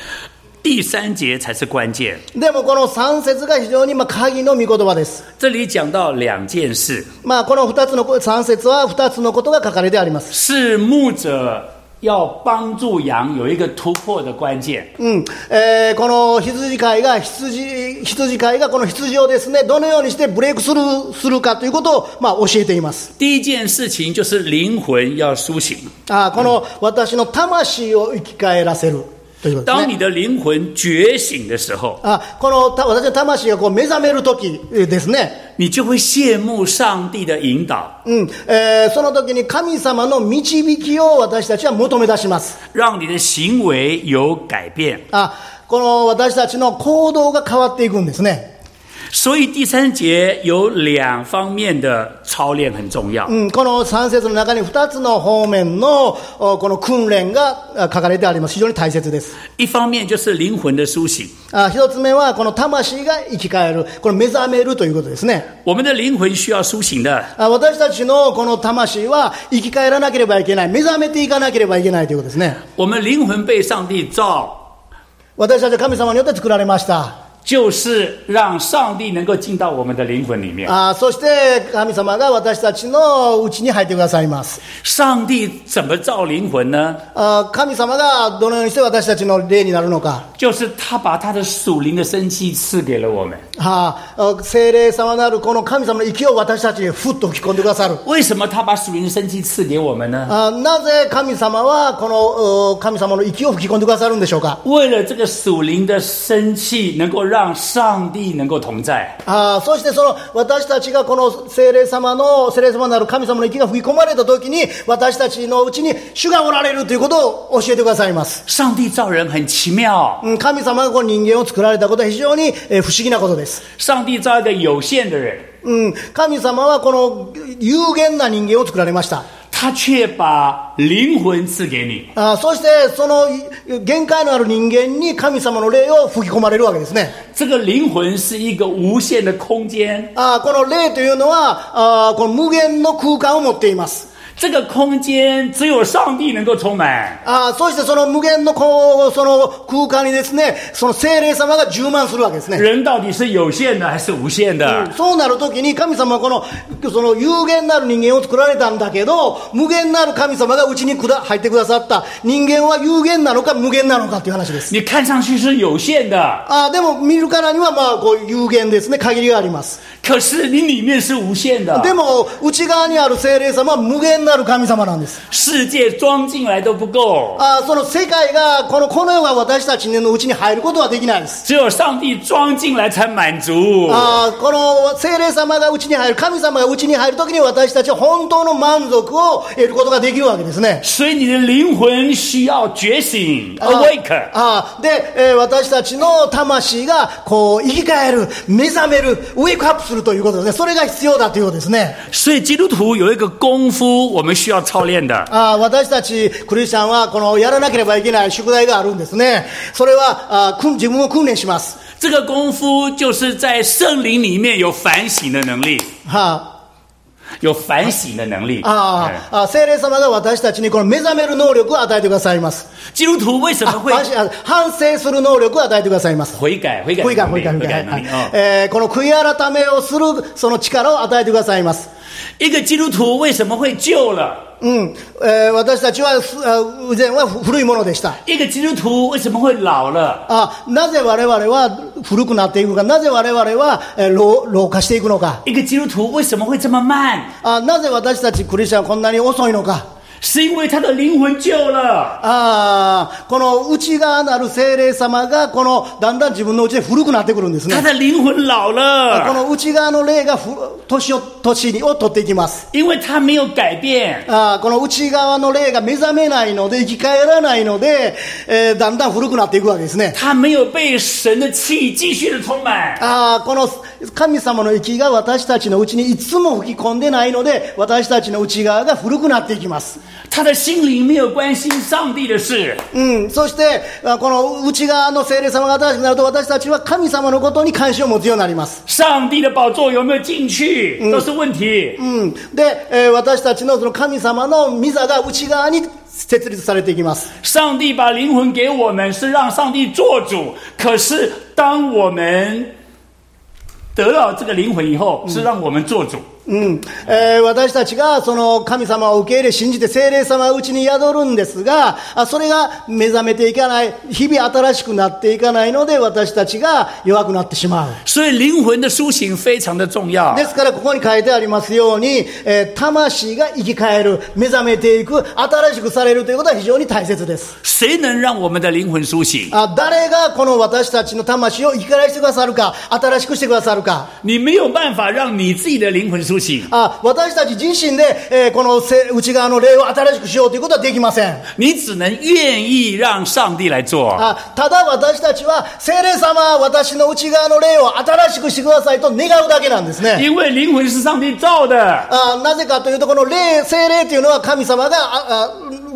Speaker 1: 第三节才是关键。
Speaker 2: でもこの3節が非常にまあ鍵の御言葉です。
Speaker 1: 这里讲到两件事：
Speaker 2: まあこの2つの3節は2つのことが書かれてあります。
Speaker 1: 是牧者要帮助羊有一个突破的关键，
Speaker 2: うん。えーこの羊飼いが羊、羊飼いがこの羊をですね、どのようにしてブレイクスルーするかということをまあ教えています。
Speaker 1: 第一件事情就是灵魂要苏醒。
Speaker 2: あーこの私の魂を生き返らせる。ということです
Speaker 1: 当
Speaker 2: ね。
Speaker 1: 你的灵魂觉醒的时候，
Speaker 2: あこのた私の魂がこう目覚める時ですね、
Speaker 1: 你就会羡慕上帝的引导，
Speaker 2: うんえーその時に神様の導きを私たちは求め出します。
Speaker 1: 让你的行为有改变。
Speaker 2: あこの私たちの行動が変わっていくんですね。
Speaker 1: 所以第三节有两方面的操练很重要。
Speaker 2: うん、この3節の中に2つの方面のおこの訓練があ書かれてあります。非常に大切です。
Speaker 1: 一方面就是灵魂的苏醒，
Speaker 2: あ1つ目は、この魂が生き返る。この目覚めるということですね。
Speaker 1: 我们的灵魂需要苏醒的。
Speaker 2: あ私たちのこの魂は生き返らなければいけない。目覚めていかなければいけないということですね。
Speaker 1: 我们灵魂被上帝造，
Speaker 2: 私たちは神様によって作られました。
Speaker 1: 就是让上帝能够进到我们的灵魂里面。
Speaker 2: あそして神様が私たちのうちに入ってくださいます。
Speaker 1: 上帝怎么造灵魂呢？
Speaker 2: あ神様がどのようにして私たちの霊になるのか。
Speaker 1: 就是他把他的属灵的生气赐给了我们。
Speaker 2: はあ、精霊様なるこの神様の息を私たちにふっと吹き込んでくださる。
Speaker 1: 为什么他把属灵的生气赐给我们呢？
Speaker 2: あなぜ神様はこのお神様の息を吹き込んでくださるんでしょうか
Speaker 1: 为了这个属灵的生气能够让上帝能够同在，
Speaker 2: あそしてその私たちがこの精霊様の精霊様なる神様の息が吹き込まれた時に私たちのうちに主がおられるということを教えてくださいます、
Speaker 1: 上帝造人很奇妙，
Speaker 2: うん、神様がこの人間を作られたことは非常に、えー不思議なことです、
Speaker 1: 上帝造一个有限的人，
Speaker 2: うん、神様はこの有限な人間を作られました
Speaker 1: 他却把灵魂赐给你。
Speaker 2: あそしてそのい限界のある人間に神様の霊を吹き込まれるわけですね
Speaker 1: 这个灵魂是一个无限的空间，
Speaker 2: あこの霊というのはあこの無限の空間を持っています
Speaker 1: 这个空间只有上帝能够充满。
Speaker 2: あそしてその無限のこうその空間にですねその精霊様が充満するわけですね
Speaker 1: 人到底是有限的还是无限的？
Speaker 2: そうなるときに神様はこのその有限なる人間を作られたんだけど無限なる神様がうちにくだ入ってくださった人間は有限なのか無限なのかという話です
Speaker 1: 你看上去是有限的，
Speaker 2: あでも見るからにはまあこう有限ですね限りがあります
Speaker 1: 可是你里面是无限的。
Speaker 2: でも内側にある精霊様は無限なる神様なんです
Speaker 1: 世界装进来都不够，
Speaker 2: あその世界がこのこの世が私たちのうちに入ることはできないです
Speaker 1: 只有上帝装进来才满足。
Speaker 2: あこの精霊様がうちに入る神様がうちに入るときに私たちは本当の満足を得ることができるわけですね
Speaker 1: 所以你的灵魂需要觉醒
Speaker 2: あ
Speaker 1: ，awake。
Speaker 2: あで、えー私たちの魂がこう生き返る目覚めるウェイクアップするということですねそれが必要だということですね
Speaker 1: 所以基督徒有一个功夫，我们需要操练的，
Speaker 2: あー私たちクリスチャンはこのやらなければいけない宿題があるんですね。それはあー訓自分を訓練します。
Speaker 1: 这个功夫就是在圣灵里面有反省的能力，
Speaker 2: は
Speaker 1: 有反省的能力。哎
Speaker 2: あ、あーあー精霊様が私たちにこの目覚める能力を与えてくださいます。
Speaker 1: 嗯基督徒为什
Speaker 2: あ
Speaker 1: 么会
Speaker 2: 反省あ反省する能力を与えてくださいます。
Speaker 1: 悔改？悔改
Speaker 2: 悔いが
Speaker 1: 能
Speaker 2: 悔
Speaker 1: 力
Speaker 2: いが悔いが
Speaker 1: 能力
Speaker 2: はい
Speaker 1: 哦
Speaker 2: えーこの悔い改めをするその力を与えてくださいます。
Speaker 1: 一个基督徒为什么会救了？
Speaker 2: うん、えー私たちはすあ以前は古いものでした。
Speaker 1: 一个基督徒为什么会老了？
Speaker 2: あなぜ我々は古くなっていくのか、なぜ我々は、えー老老化していくのか。
Speaker 1: 一个基督徒为什么会这么慢？
Speaker 2: あなぜ私たちクリスチャンはこんなに遅いのか
Speaker 1: 是因为他的灵魂旧了，
Speaker 2: あーこの内側なる精霊様がこのだんだん自分のうちで古くなってくるんです
Speaker 1: 他
Speaker 2: ね
Speaker 1: 的灵魂老了，
Speaker 2: この内側の霊がふ年を年にを取っていきます
Speaker 1: 因为他没有改变，
Speaker 2: あーこの内側の霊が目覚めないので生き返らないので、えーだんだん古くなっていくわけですね
Speaker 1: 他没有被神的气继续的充满，
Speaker 2: あーこの神様の息が私たちのうちにいつも吹き込んでないので私たちの内側が古くなっていきます
Speaker 1: 他的心灵没有关心上帝的事，
Speaker 2: うん、そして、あこの内側の精霊様が新しくなると、私たちは神様のことに関心を持つようになります。
Speaker 1: 上帝的宝座有没有进去都是问题。
Speaker 2: うん、で、えー私たちのその神様の御座が内側に設立されていきます。
Speaker 1: 上帝把灵魂给我们是让上帝做主，可是当我们得到这个灵魂以后，是让我们做主。
Speaker 2: うんうんえー私たちがその神様を受け入れ信じて精霊様はうちに宿るんですがあそれが目覚めていかない日々新しくなっていかないので私たちが弱くなってしまう
Speaker 1: 所以灵魂的苏醒非常的重要
Speaker 2: で。すからここに書いてありますように、えー魂が生き返る目覚めていく新しくされるということは非常に大切です
Speaker 1: 谁能让我们的灵魂苏醒？
Speaker 2: あ誰がこの私たちの魂を生き返らしてくださるか新しくしてくださるか
Speaker 1: 你没有办法让你自己的灵魂苏醒，
Speaker 2: あ私たち自身で、えーこのせ内側の霊を新しくしようということはできません
Speaker 1: 你只能愿意让上帝来做。
Speaker 2: あただ私たちは聖霊様私の内側の霊を新しくしてくださいと願うだけなんですね
Speaker 1: 因为灵魂是上帝造的，
Speaker 2: あなぜかというとこの霊聖霊というのは神様がああ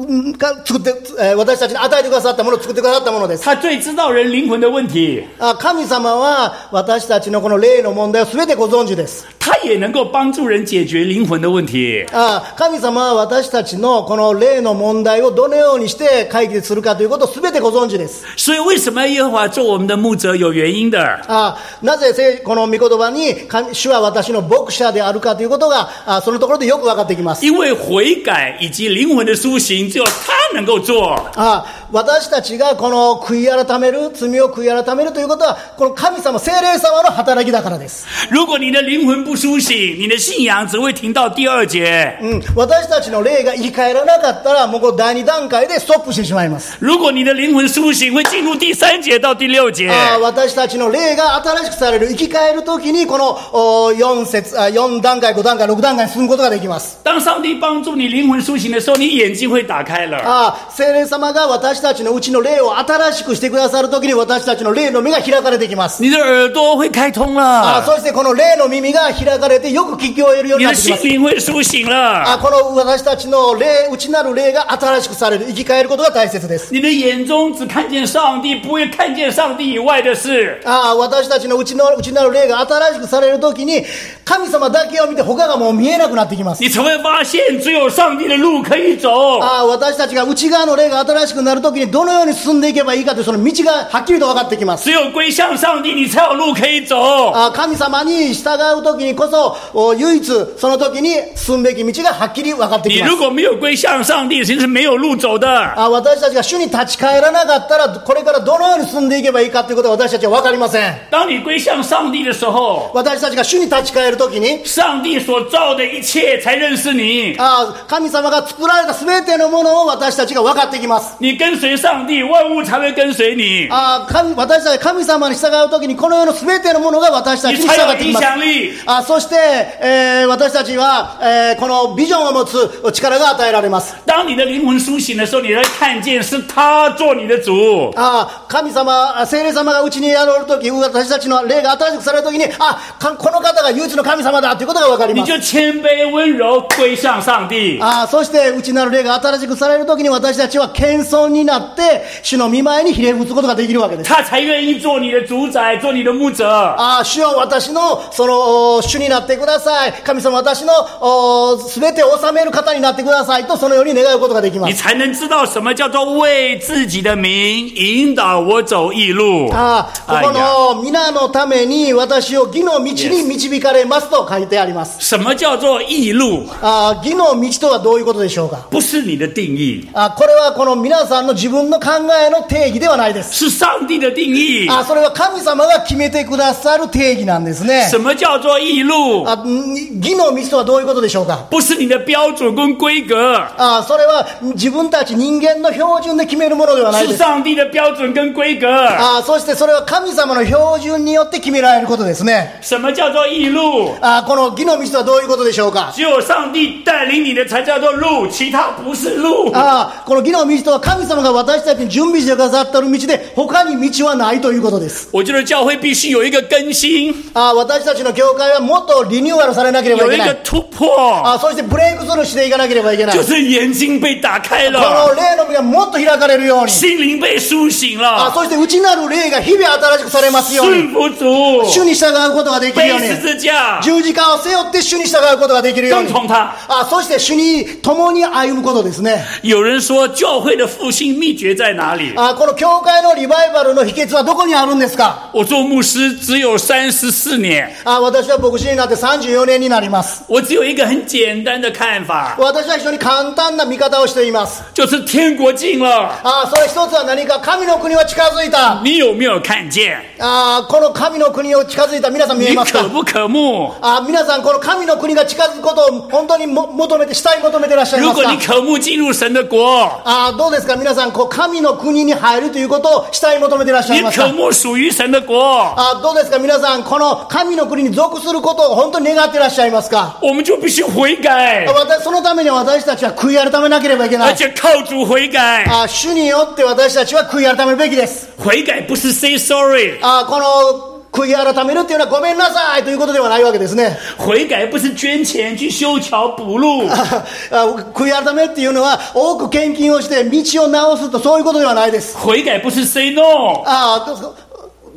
Speaker 2: うんか作って、えー私たちに与えてくださったもの作ってくださったものです
Speaker 1: 他最知道人灵魂的问题，
Speaker 2: あ神様は私たちのこの霊の問題を全てご存知です
Speaker 1: 他也能够帮助人解决灵魂的问题。
Speaker 2: あ神様は私たちのこの霊の問題をどのようにして解決するかということを全てご存知です
Speaker 1: 所以为什么耶和华做我们的牧者有原因的？
Speaker 2: あなぜせこの御言葉に神主は私の牧者であるかということがあそのところでよく分かってきます
Speaker 1: 因为悔改以及灵魂的苏醒，只有他能够做。
Speaker 2: あ私たちがこの悔い改める罪を悔い改めるということはこの神様聖霊様の働きだからです、
Speaker 1: 如果你的灵魂不苏醒，你的信仰只会停到第二节；
Speaker 2: うん、私たちの霊が生き返らなかったらもうこの第2段階でストップしてしまいます
Speaker 1: 如果你的灵魂苏醒，会进入第三节到第六节。
Speaker 2: あ私たちの霊が新しくされる生き返る時にこのお4節あ4段階5段階6段階に進むことができます
Speaker 1: 当上帝帮助你灵魂苏醒的时候，你眼睛会打开了。
Speaker 2: ああ聖霊様が私たちのうちの霊を新しくしてくださるときに私たちの霊の目が開かれてきます。
Speaker 1: 你的耳朵会开通
Speaker 2: ああ
Speaker 1: 了，
Speaker 2: そしてこの霊の耳が開かれてよく聞き終えるよう
Speaker 1: 你
Speaker 2: にな
Speaker 1: 的
Speaker 2: ってき
Speaker 1: 心灵
Speaker 2: ます。
Speaker 1: 会苏醒
Speaker 2: あ
Speaker 1: 了
Speaker 2: あ。この私たちの霊、内なる霊が新しくされる、生き返ることが大切です。
Speaker 1: 你的眼中只看见上帝，不会看见上帝以外的事。
Speaker 2: ああ私たちの内の内なる霊が新しくされるときに神様だけを見て他がもう見えなくなってきます。
Speaker 1: 你才会发现，只有上帝的路可以走。
Speaker 2: ああ私たちが内側の霊が新しくなるときにどのように進んでいけばいいかというその道がはっきりと分かってきます。
Speaker 1: 只有归向上帝，你才有路可以走。
Speaker 2: あ神様に従う時にこそお唯一その時に進むべき道がはっきり分かって
Speaker 1: 你
Speaker 2: きます
Speaker 1: 如果没有归向上帝，其实没有路走的。
Speaker 2: あ私たちが主に立ち返らなかったらこれからどのように進んでいけばいいかということは私たちは分かりません
Speaker 1: 当你归向上帝的时候，
Speaker 2: 私たちが主に立ち返る時に
Speaker 1: 上帝所造的一切才认识
Speaker 2: 啊
Speaker 1: 你。
Speaker 2: あ神様が作られた全てのものを私たちが分かってきます
Speaker 1: 你跟随上帝，万物才会跟随你。
Speaker 2: あ神私たちが神様に従う時にこの世の全てのものが私たち
Speaker 1: 你
Speaker 2: に従
Speaker 1: 才
Speaker 2: っ
Speaker 1: 有
Speaker 2: て
Speaker 1: 影
Speaker 2: きます
Speaker 1: 响力。
Speaker 2: あそして、えー私たちは、えーこのビジョンを持つ力が与えられます
Speaker 1: 当你的灵魂苏醒的时候，你才看见是他做你的主。
Speaker 2: 啊ああ神様、あ聖霊様がうちに宿るとき、私たちの霊が新しくされるときに、あかこの方が唯一の神様だということが分かり
Speaker 1: 你
Speaker 2: ます。
Speaker 1: 就谦卑温柔归向上帝。
Speaker 2: ああそして、うちなる霊が新しくされるときに、私たちは謙遜になって、主の御前にひれ伏つことができるわけです。
Speaker 1: 他才愿意做你的主宰，做你的牧者。
Speaker 2: ああ主よ私のそのお主になってください、神様、私のすべてを治める方になってくださいと、そのように願うことができま
Speaker 1: 你
Speaker 2: す。
Speaker 1: 才能知道什么叫做为自己的名引导我走义路。哎
Speaker 2: ああここの皆のために私を義の道に導かれますと書いてあります。
Speaker 1: 什么叫做义路？
Speaker 2: ああ義の道とはどういうことでしょうか
Speaker 1: 不是你的定义，
Speaker 2: あこれはこの皆さんの自分の考えの定義ではないで
Speaker 1: 是
Speaker 2: す
Speaker 1: 上帝的定义。
Speaker 2: あそれは神様が決めてくださる定義なんですね
Speaker 1: 什么叫做义路？
Speaker 2: あん義の道とはどういうことでしょうか
Speaker 1: 不是你的标准跟规格，
Speaker 2: あそれは自分たち人間の標準で決めるものではな
Speaker 1: 是
Speaker 2: い
Speaker 1: 啊
Speaker 2: です
Speaker 1: 上帝的标准跟规格。
Speaker 2: あそしてそれは神様の標準によって決められることですね
Speaker 1: 什么叫做义路？
Speaker 2: あこの義の道とはどういうことでしょうか
Speaker 1: 只有上帝带领你的才叫做路，其他不是路。
Speaker 2: あこの義の道とは神様が私たちに準備してくださっている道で他に道はないということです
Speaker 1: 我觉得教会必须有一个更新，
Speaker 2: あ私たちの教会はもっとリニューアルされなければ
Speaker 1: 有
Speaker 2: いけ
Speaker 1: 一
Speaker 2: な
Speaker 1: 个啊
Speaker 2: い
Speaker 1: 突破，
Speaker 2: あそしてブレイクスルーしていかなければいけない
Speaker 1: 就是眼睛被打开
Speaker 2: この
Speaker 1: 了，
Speaker 2: 霊の目がもっと開かれるように
Speaker 1: 心灵被苏醒
Speaker 2: あ
Speaker 1: 了，
Speaker 2: そして内なる霊が日々新しくされますよう
Speaker 1: 顺
Speaker 2: に
Speaker 1: 服主，
Speaker 2: 主に従うことができるよ
Speaker 1: 背
Speaker 2: うに
Speaker 1: 十字架，
Speaker 2: 十字架を背負って主に従うことができるよう
Speaker 1: 跟
Speaker 2: に
Speaker 1: 从他。
Speaker 2: あそして主に共に歩むことですね
Speaker 1: 有人说教会的复兴秘诀在哪里？
Speaker 2: あこの教会のリバイバルの秘訣はどこにあるんですか
Speaker 1: 我做牧师只有三十四年，
Speaker 2: あ私は牧牧師になって34年になります。
Speaker 1: 我只有一个很简单的看法，
Speaker 2: 私は非常に簡単な見方をしています。
Speaker 1: 就是天国近了。
Speaker 2: ああ、それ一つは何か神の国は近づいた。あ
Speaker 1: 你有没有看见？
Speaker 2: あ、この神の国を近づいた皆さん見
Speaker 1: 你
Speaker 2: えます
Speaker 1: 渴
Speaker 2: か
Speaker 1: 不渴慕？
Speaker 2: ああ、皆さんこの神の国が近づくことを本当にも求めて、したい求めてらっしゃい
Speaker 1: 如
Speaker 2: ます
Speaker 1: 果
Speaker 2: か
Speaker 1: 你渴慕进入神的国，
Speaker 2: ああ、どうですか皆さん、こう神の国に入るということをしたい求めてらっしゃ
Speaker 1: 你
Speaker 2: います
Speaker 1: 渴
Speaker 2: か
Speaker 1: 慕属于神的国，
Speaker 2: ああ、どうですか皆さん、この神の国に属することを本当に願ってらっしゃいますか
Speaker 1: 我们就必须悔改，
Speaker 2: 私そのために私たちは悔い改めなければいけな
Speaker 1: 而
Speaker 2: い。
Speaker 1: 且靠主悔改。
Speaker 2: ああ主によって私たちは悔い改めるべきです。
Speaker 1: 悔改不是 say sorry，
Speaker 2: ああこの悔い改めるっていうのはごめんなさいということではないわけですね。
Speaker 1: 悔改不是捐钱去修桥补路，
Speaker 2: ああ悔い改めっていうのは多く献金をして道を直すとそういうことではないです。
Speaker 1: 悔改不是 say no，
Speaker 2: ああどうぞ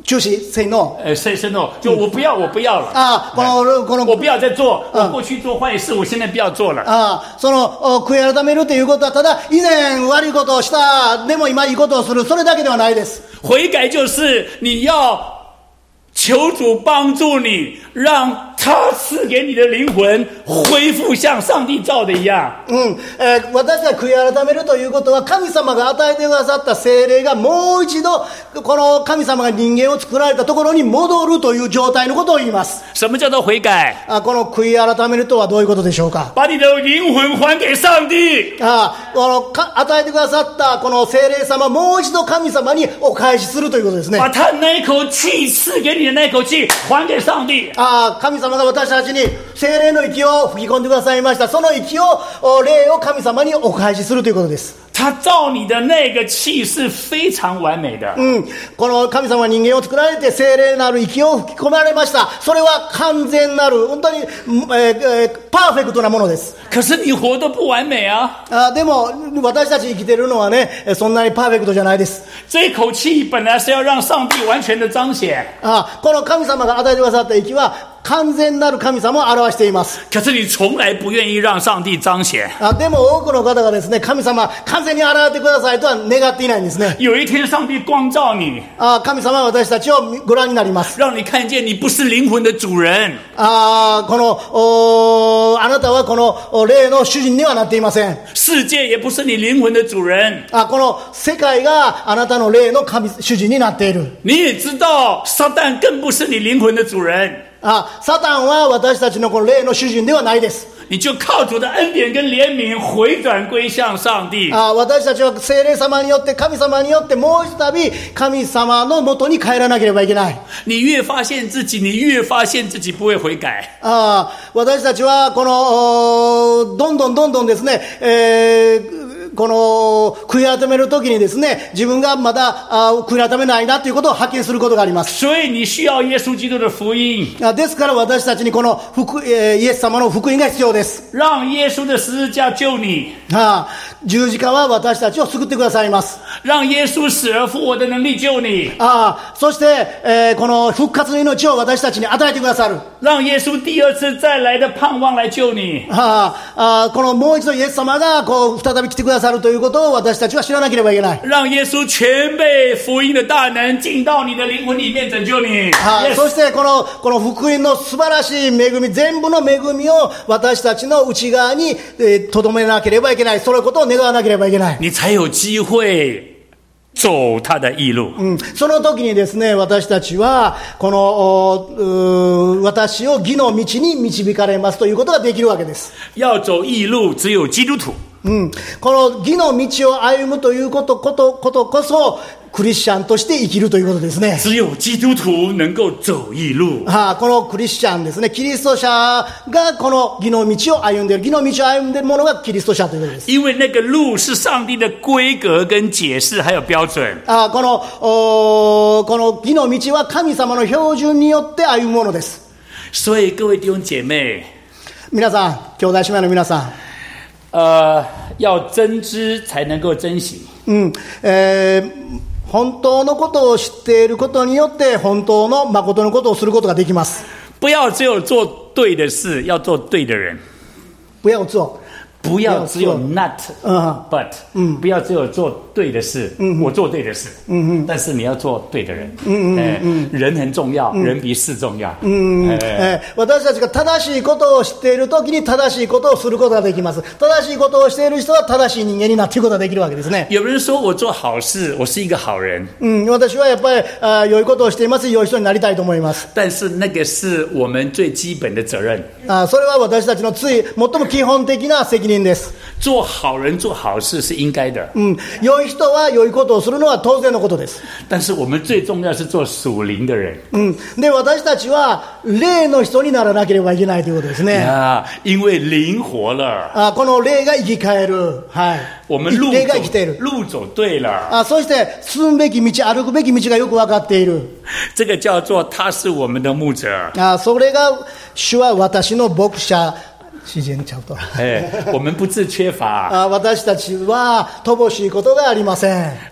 Speaker 2: 中止、せいの。
Speaker 1: 呃，say say no，就我不要，我不要了，哎
Speaker 2: ああこの、この
Speaker 1: 我不要再做，我
Speaker 2: 啊嗯
Speaker 1: 过去做坏事，我现在不要做了。
Speaker 2: ああそのお悔い改めるということは、ただ、以前悪いことをした、でも今いいことをする、それだけではないです。
Speaker 1: 悔改就是你要求主帮助你，让他赐给你的灵魂恢复像上帝造的一样。
Speaker 2: うんえー私が悔い改めるということは、神様が与えてくださった精霊がもう一度、この神様が人間を作られたところに戻るという状態のことを言います。
Speaker 1: 什么叫做悔改？
Speaker 2: あこの悔い改めるとはどういうことでしょうか。
Speaker 1: 把你的灵魂还给上帝。
Speaker 2: あこのか与えてくださったこの精霊様、もう一度神様にお返しするということですね
Speaker 1: 把。他那一口气赐给你的那一口气还给上帝。
Speaker 2: ああ神様が私たちに精霊の息を吹き込んでくださいましたその息をお霊を神様にお返しするということです、
Speaker 1: 他造你的那个气是非常完美的。
Speaker 2: うん、この神様は人間を作られて精霊なる息を吹き込まれましたそれは完全なる本当に、うんえーえーパーフェクトなものです
Speaker 1: 可是你活得不完美啊！
Speaker 2: あーでも私たち生きてるのはねえーそんなにパーフェクトじゃないです
Speaker 1: 这口气本来是要让上帝完全的彰显，
Speaker 2: あーこの神様が与えてくださった息は完全なる神様を表しています
Speaker 1: 可是你从来不愿意让上帝彰显。
Speaker 2: あでも多くの方がですね神様完全に現れてくださいとは願っていないんですね
Speaker 1: 有一天，上帝光照你，
Speaker 2: あー神様は私たちをご覧になります。
Speaker 1: 让你看见你不是灵魂的主人，
Speaker 2: あーこのおーあなたはこのお霊の主人にはなっていません。
Speaker 1: 世界也不是你灵魂的主人。
Speaker 2: あこの世界があなたの霊の神主人になっている。
Speaker 1: 你也知道，撒旦更不是你灵魂的主人。
Speaker 2: あサタンは私たちのこの霊の主人ではないです。
Speaker 1: 你就靠主的恩典跟怜悯回转归向上帝。
Speaker 2: あ私たちは精霊様によって神様によってもう一度神様のもとに帰らなければいけない。
Speaker 1: 你越发现自己，你越发现自己不会悔改。
Speaker 2: あ私たちはこのおどんどんどんどんですね、えーこの悔い改めるときにですね自分がまだあ悔い改めないなということを発見することがあります。
Speaker 1: 所以你需要耶稣基督的福音，
Speaker 2: あですから私たちにこの福、えーイエス様の福音が必要です。
Speaker 1: 让耶稣的十字架救你，
Speaker 2: あ十字架は私たちを救ってくださいます。
Speaker 1: 让耶稣死而复活的能力救你，
Speaker 2: あそして、えーこの復活の命を私たちに与えてくださる。
Speaker 1: 让耶稣第二次再来的盼望来救你。
Speaker 2: ああこのもう一度イエス様がこう再び来てくださるということを私たちは知らなければいけない。
Speaker 1: 让耶稣全被福音的大能进到你的灵魂里面拯救你。
Speaker 2: はい、
Speaker 1: Yes
Speaker 2: そしてこのこの福音の素晴らしい恵み全部の恵みを私たちの内側にえーとど、めなければいけないそのことを願わなければいけない、
Speaker 1: 你才有机会走他的义路。
Speaker 2: うん、その時にですね私たちはこのおうー私を義の道に導かれますということができるわけです、
Speaker 1: 要走义路，只有基督徒。
Speaker 2: うん、この義の道を歩むということことことこそクリスチャンとして生きるということですね
Speaker 1: 只有基督徒能够走义路。
Speaker 2: はあ、このクリスチャンですね、キリスト者がこの義の道を歩んでいる、義の道を歩んでいるものがキリスト者ということです。
Speaker 1: 因为那个路是上帝的规格、跟解释还有标准。
Speaker 2: あこのおーこの義の道は神様の標準によって歩むものです
Speaker 1: 所以各位弟兄姐妹，
Speaker 2: 皆さん兄弟姉妹の皆さ
Speaker 1: 呃，要真知才能够珍惜。
Speaker 2: ん、うんえー本当のことを知っていることによって本当の誠のことをすることができます
Speaker 1: 不要只有做对的事，要做对的人。
Speaker 2: 不要做
Speaker 1: 不要只有 not
Speaker 2: 嗯
Speaker 1: but，嗯，不要只有做对的事，嗯，我做对的事，嗯嗯，但是你要做对的人，嗯嗯嗯，人很重要，人比事重要，嗯嗯，
Speaker 2: えー私たちが正しいことを知っているときに正しいことをすることができます。正しいことをしている人は正しい人間になっていくことができるわけですね。
Speaker 1: 有人说我做好事，我是一个好人，
Speaker 2: うん、私はやっぱりあー良いことをしています。良い人になりたいと思います。
Speaker 1: 但是那个是我们最基本的责任。
Speaker 2: あーそれは私たちのつい最も基本的な責任です。
Speaker 1: 做好人做好事是应该的，
Speaker 2: うん、良い人は良いことをするのは当然のことです。
Speaker 1: 但是我们最重要是做属灵的人
Speaker 2: うん、で私たちは霊の人にならなければいけないということです ね。
Speaker 1: 啊，因为灵活了，
Speaker 2: あこの霊が生き返る、はい、
Speaker 1: 我们路
Speaker 2: 霊が生きてい
Speaker 1: 走
Speaker 2: る
Speaker 1: 路走对了，
Speaker 2: あ、そして進むべき道、歩くべき道がよく分かっている、
Speaker 1: 这个叫做他是我们的牧者。
Speaker 2: あそれが主は私の牧者、自然ちゃうと
Speaker 1: 哎，我们不致缺乏，
Speaker 2: あ私たちは乏しいことがありません。